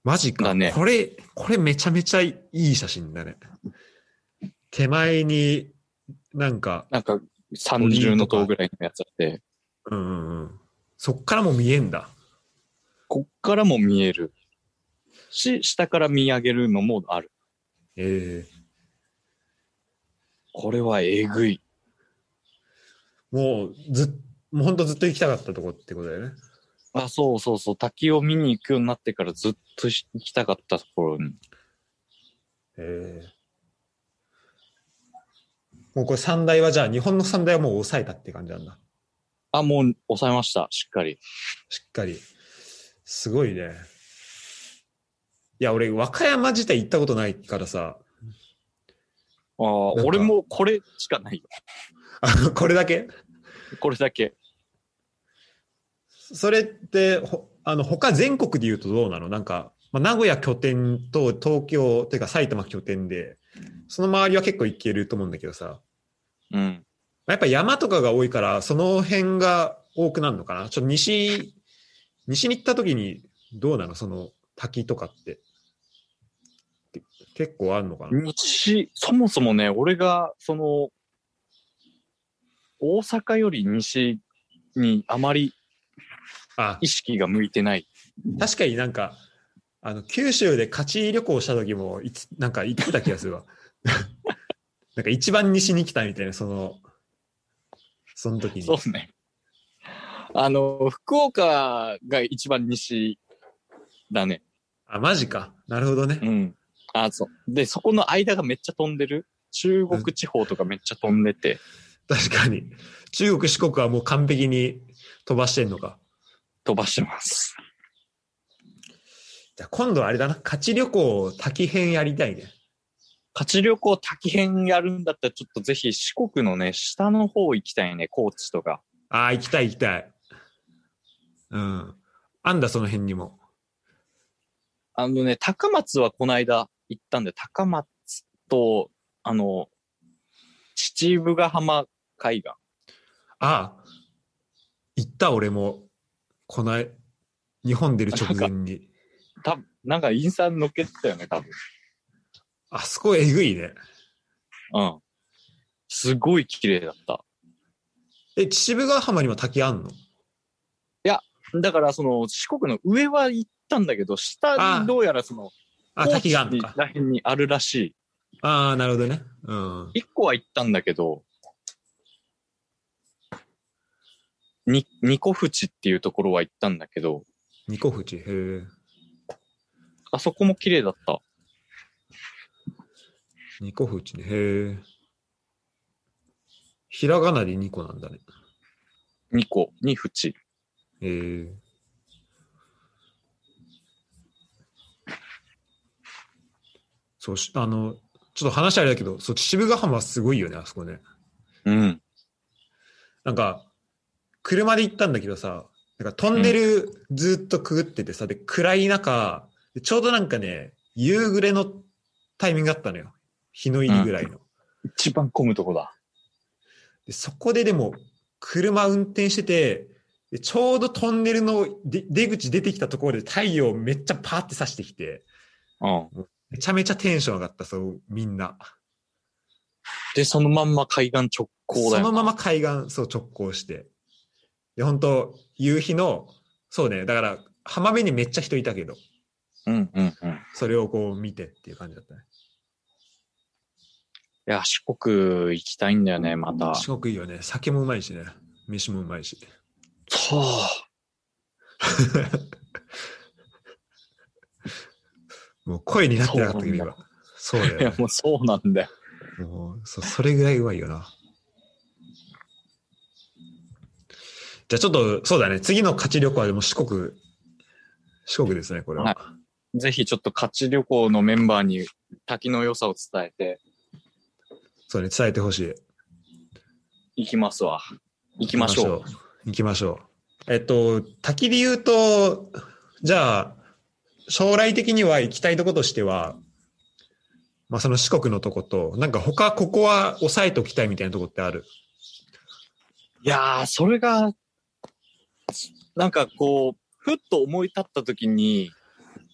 マジか。だねこれ、これめちゃめちゃいい写真 [laughs] だね。手前に、なんか、なんか、三重の塔ぐらいのやつあって、うんうんうん。そっからも見えんだ。こっからも見える。し、下から見上げるのもある。ええこれはえぐい。もうずっ、もうほんとずっと行きたかったとこってことだよね。あ、そうそうそう。滝を見に行くようになってからずっとし行きたかったところに。ええもうこれ三大はじゃあ、日本の三大はもう抑えたって感じなんだ。あ、もう抑えました。しっかり。しっかり。すごいね。いや、俺、和歌山自体行ったことないからさ、あなあ、んか俺もこれしかないよ。 [laughs] あのこれだけこれだけ。それって、ほあの、他全国で言うとどうなのなんか、まあ、名古屋拠点と東京、ていうか埼玉拠点で、その周りは結構行けると思うんだけどさ、うん。まあやっぱ山とかが多いから、その辺が多くなるのかなちょっと西、西に行った時にどうなのその滝とかって。け結構あるのかな西、そもそもね、俺が、その、大阪より西にあまりあ意、識が向いてない。確かになんか、あの、九州で勝ち旅行した時も、いつ、なんか行ってた気がするわ。 [laughs] なんか一番西に来たみたいな、その、その時に。そうですね。あの、福岡が一番西だね。あ、マジか。なるほどねう。ん。あ、そう。で、そこの間がめっちゃ飛んでる。中国地方とかめっちゃ飛んでて、確かに。中国、四国はもう完璧に飛ばしてんのか。飛ばしてます。じゃあ今度はあれだな、勝ち旅行滝編やりたいね。勝ち旅行滝編やるんだったら、ちょっとぜひ四国のね、下の方行きたいね、高知とか。ああ、行きたい行きたい。うん。あんだ、その辺にも。あのね、高松はこの間行ったんで、高松と、あの、秩父ヶ浜海岸。ああ、行った俺も。こない、日本出る直前に。多分なんかインスタに載っけてたよね、多分。あそこえぐいね。うん。すごい綺麗だった。え、秩父ヶ浜にも滝あんのだから、その、四国の上は行ったんだけど、下あにどうやらその、あ、滝があんの高か知。ら辺にあるらしああ、なるほどね。うん。い。一個は行ったんだけど、に、ニコフチっていうところは行ったんだけど、ニコフチ、へえ。あそこも綺麗だった。ニコフチね、へえ。ひらがなでニコなんだね。ニコにフチ。へえ。そうし、あの、ちょっと話あれだけど、そう、秩父ヶ浜すごいよね、あそこね。うん。なんか、車で行ったんだけどさ、なんかトンネルずっとくぐっててさ、で、暗い中、でちょうどなんかね、夕暮れのタイミングだったのよ。日の入りぐらいの。一番混むとこだ。でそこででも、車運転してて、でちょうどトンネルので出口出てきたところで太陽めっちゃパーって差してきて、うん。めちゃめちゃテンション上がった、そう、みんな。で、そのまんま海岸直行だそよ。のまま海岸、そう直行して。で、本当夕日の、そうね、だから浜辺にめっちゃ人いたけど、うんうんうん。いそれをこう見てっていう感じだったね。や、四国行きたいんだよね、また。四国いいよね。酒もうまいしね。飯もうまいし。 [laughs] そう。もう声になってなかったけど、今。そうだよいねや、。もうそうなんだよ。もうそそれぐらいうまいよな。じゃあちょっと、そうだね。次の勝ち旅行はでも四国、四国ですね、これは。はいぜひちょっと勝ち旅行のメンバーに滝の良さを伝えてそうね、伝えてほしい。いきますわ。行きましょう。行きましょう。えっと、滝で言うと、じゃあ、将来的には行きたいとことしては、まあその四国のとこと、なんか他ここは押さえておきたいみたいなとこってある。いやー、それが、なんかこう、ふっと思い立った時に、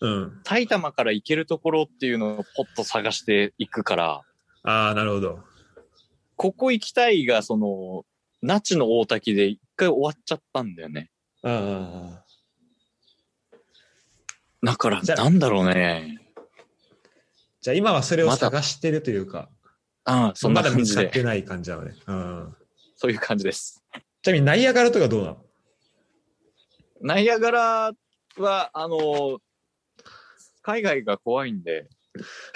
うん。埼玉から行けるところっていうのをポッと探していくから、ああ、なるほど。ここ行きたいが、その、那智の大滝で一回終わっちゃったんだよね。ああ。だから、じゃあなんだろうね。じゃあ今はそれをまだ探してるというか。うん、そんなまだ感見じつかっで。てない感じだよね。うん。そういう感じです。ちなみにナイアガラとかどうな [laughs] のナイアガラは、あの、海外が怖いんで、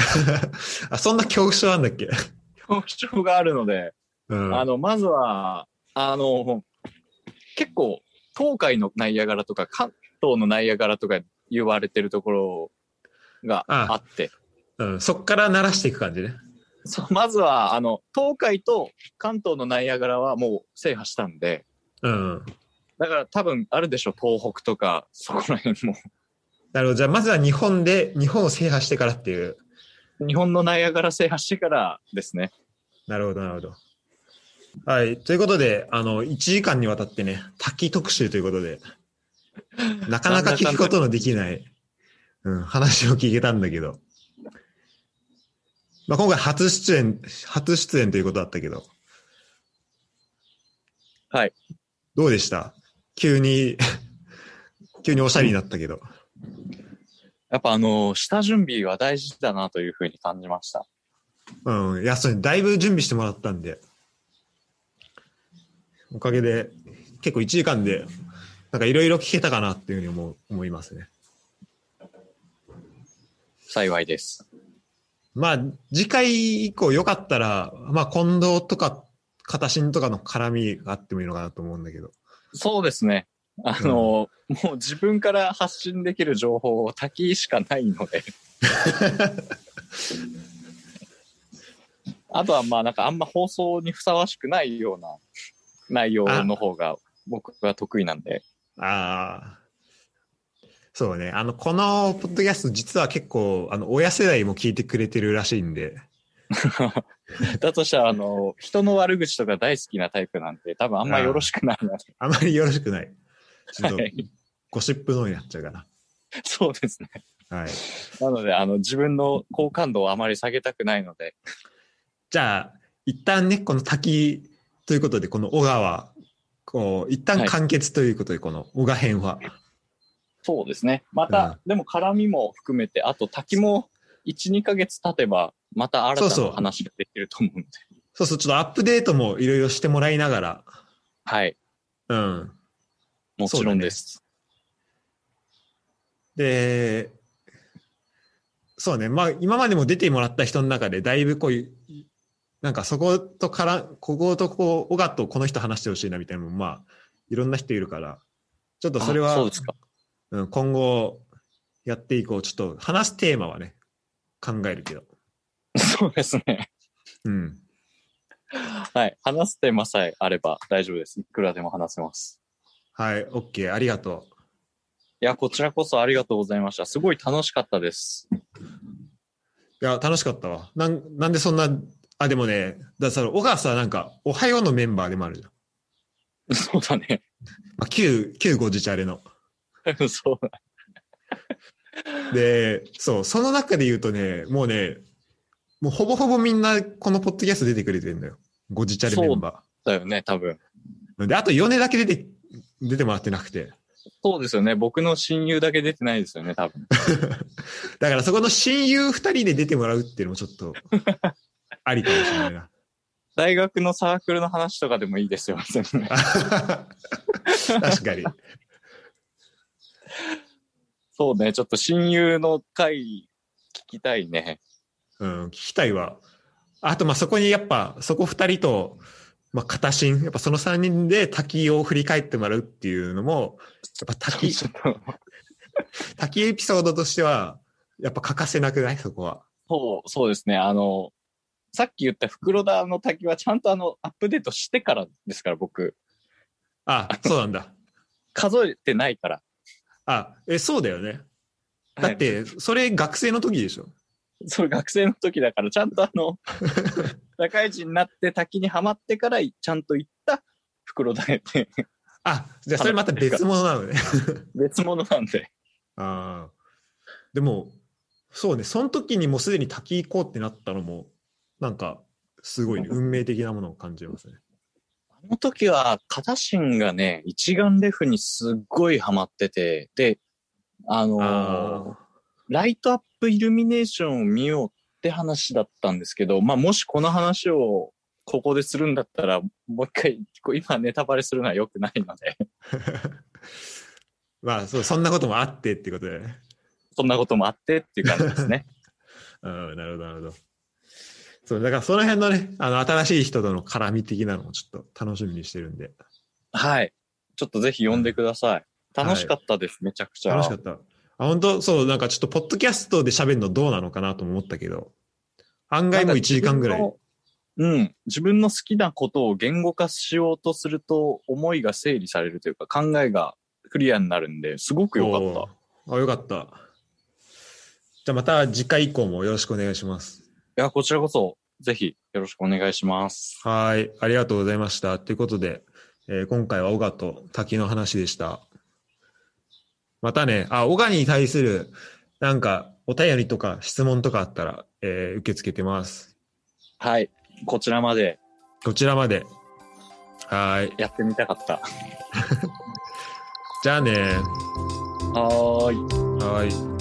[laughs] あ、そんな恐怖症なんだっけ恐怖症があるので、うん。あの、まずは、あの、結構、東海のナイアガラとか、関東のナイアガラとか言われてるところがあって、うん、そっから慣らしていく感じね。そうまずは、あの、東海と関東のナイアガラはもう制覇したんで、うん。だから多分あるでしょ、東北とか、そこら辺も。なるほど。じゃあまずは日本で、日本を制覇してからっていう。日本のナイアガラ制覇してからですね。なるほど、なるほど。はい。ということで、あの、1時間にわたってね、滝特集ということ [laughs] で、なかなか聞くことのできない、うん、話を聞けたんだけど。まあ、今回初出演、初出演ということだったけど。はい。どうでした急に、 [laughs] 急におしゃれになったけど。やっぱあの、下準備は大事だなというふうに感じました。うん。いや、それだいぶ準備してもらったんで。おかげで、結構1時間で、なんかいろいろ聞けたかなっていうふうに思う思いますね。幸いです。まあ、次回以降よかったら、まあ、近藤とか、片新とかの絡みがあってもいいのかなと思うんだけど。そうですね。あの、もう自分から発信できる情報を滝しかないので。あとはまあなんかあんま放送にふさわしくないような内容の方が僕は得意なんで。ああ。そうね。あの、このポッドキャスト実は結構、あの、親世代も聞いてくれてるらしいんで。だとしたらあの、人の悪口とか大好きなタイプなんて多分あんまよろしくないな。あまりよろしくない。ちょっとはい、ゴシップのになっちゃうかな。そうですね。はい。なのであの自分の好感度をあまり下げたくないので。じゃあ、一旦ね、この滝ということで、この小川、こう、一旦完結ということで、この小川編は。そうですね。また、でも絡みも含めて、あと滝も1、2ヶ月経てば、また新たそうそなう話ができると思うんで。そうそう、ちょっとアップデートもいろいろしてもらいながら。はい。うん。もちろんです。で、そうね、まあ今までも出てもらった人の中でだいぶこういう、なんかそことから、こことこう、小川とこの人話してほしいなみたいなのも、まあいろんな人いるから、ちょっとそれあは、そうですか。 [laughs] うん、今後やっていこう。ちょっと話すテーマはね、考えるけど。そうですね。うん。はい。話すテーマさえあれば大丈夫です。いくらでも話せます。はい、OK、ありがといや、こちらこそありがとうございました。すごい楽しかったです。う。いや、楽しかったわ。なんなんでそんな、あ、でもね、だから小川さんなんか、おはようのメンバーでもあるじゃん。そうだね。 [laughs] まあ、旧、旧ごじチャレの。そうだ。で、そう、その中で言うとね、もうね、もうほぼほぼみんなこのポッドキャスト出てくれてるんだよ。ごじチャレメンバだよね、多分。ー。で、あと4年だけ出て、出てもらってなくて。そうですよね。僕の親友だけ出てないですよね、多分。だからそこの親友2人で出てもらうっていうのもちょっと、ありかもしれないな。 [laughs] 大学のサークルの話とかでもいいですよ、全然。確かに。そうね、ちょっと親友の回聞きたいね。うん、聞きたいわ。あと、まあ、そこにやっぱ、そこ2人と、まあ、片心、やっぱその3人で滝を振り返ってもらうっていうのも、やっぱ滝、 [laughs] ちょっと、滝エピソードとしては、やっぱ欠かせなくないそこは。そう、そうですね。あの、さっき言った袋田の滝はちゃんとあの、アップデートしてからですから、僕。あ、そうなんだ。数えてないから。あ、え、そうだよね。だっはて、それ学生の時でしょ。い、それ学生の時だから、ちゃんとあ [laughs] の、社会人になって滝にはまってから、ちゃんと行った袋田へって、あ、じゃあそれまた別物なのね。別物なんで。ああ。でも、そうね、その時にもうすでに滝行こうってなったのも、なんか、すごいね、運命的なものを感じますね。あの時は、片心がね、一眼レフにすっごいハマってて、で、あのああ。ライトアップイルミネーションを見ようって話だったんですけど、まあ、もしこの話をここでするんだったら、もう一回、こう今ネタバレするのは良くないので、 [laughs] まあそう、そんなこともあってってことでね。そんなこともあってっていう感じで [laughs] すね。うん、なるほど、なるほど。そう、だからその辺のね、あの、新しい人との絡み的なのもちょっと楽しみにしてるんで。はい。ちょっとぜひ呼んでください。楽しかったです、めちゃくちゃ。楽しかった。あ、本当そう、なんかちょっと、ポッドキャストで喋るのどうなのかなとも思ったけど、案外もう1時間ぐらい。。うん。自分の好きなことを言語化しようとすると、思いが整理されるというか、考えがクリアになるんで、すごく良かった。た。あ、よかった。じゃあまた次回以降もよろしくお願いします。いや、こちらこそ、ぜひよろしくお願いします。はい、ありがとうございました。ということで、えー今回は小賀と滝の話でした。またね、あ、小賀に対する、なんか、お便りとか質問とかあったら、えー受け付けてます。はい。こちらまでこちらまで。はい。やってみたかった。じゃあね。はーい。はい。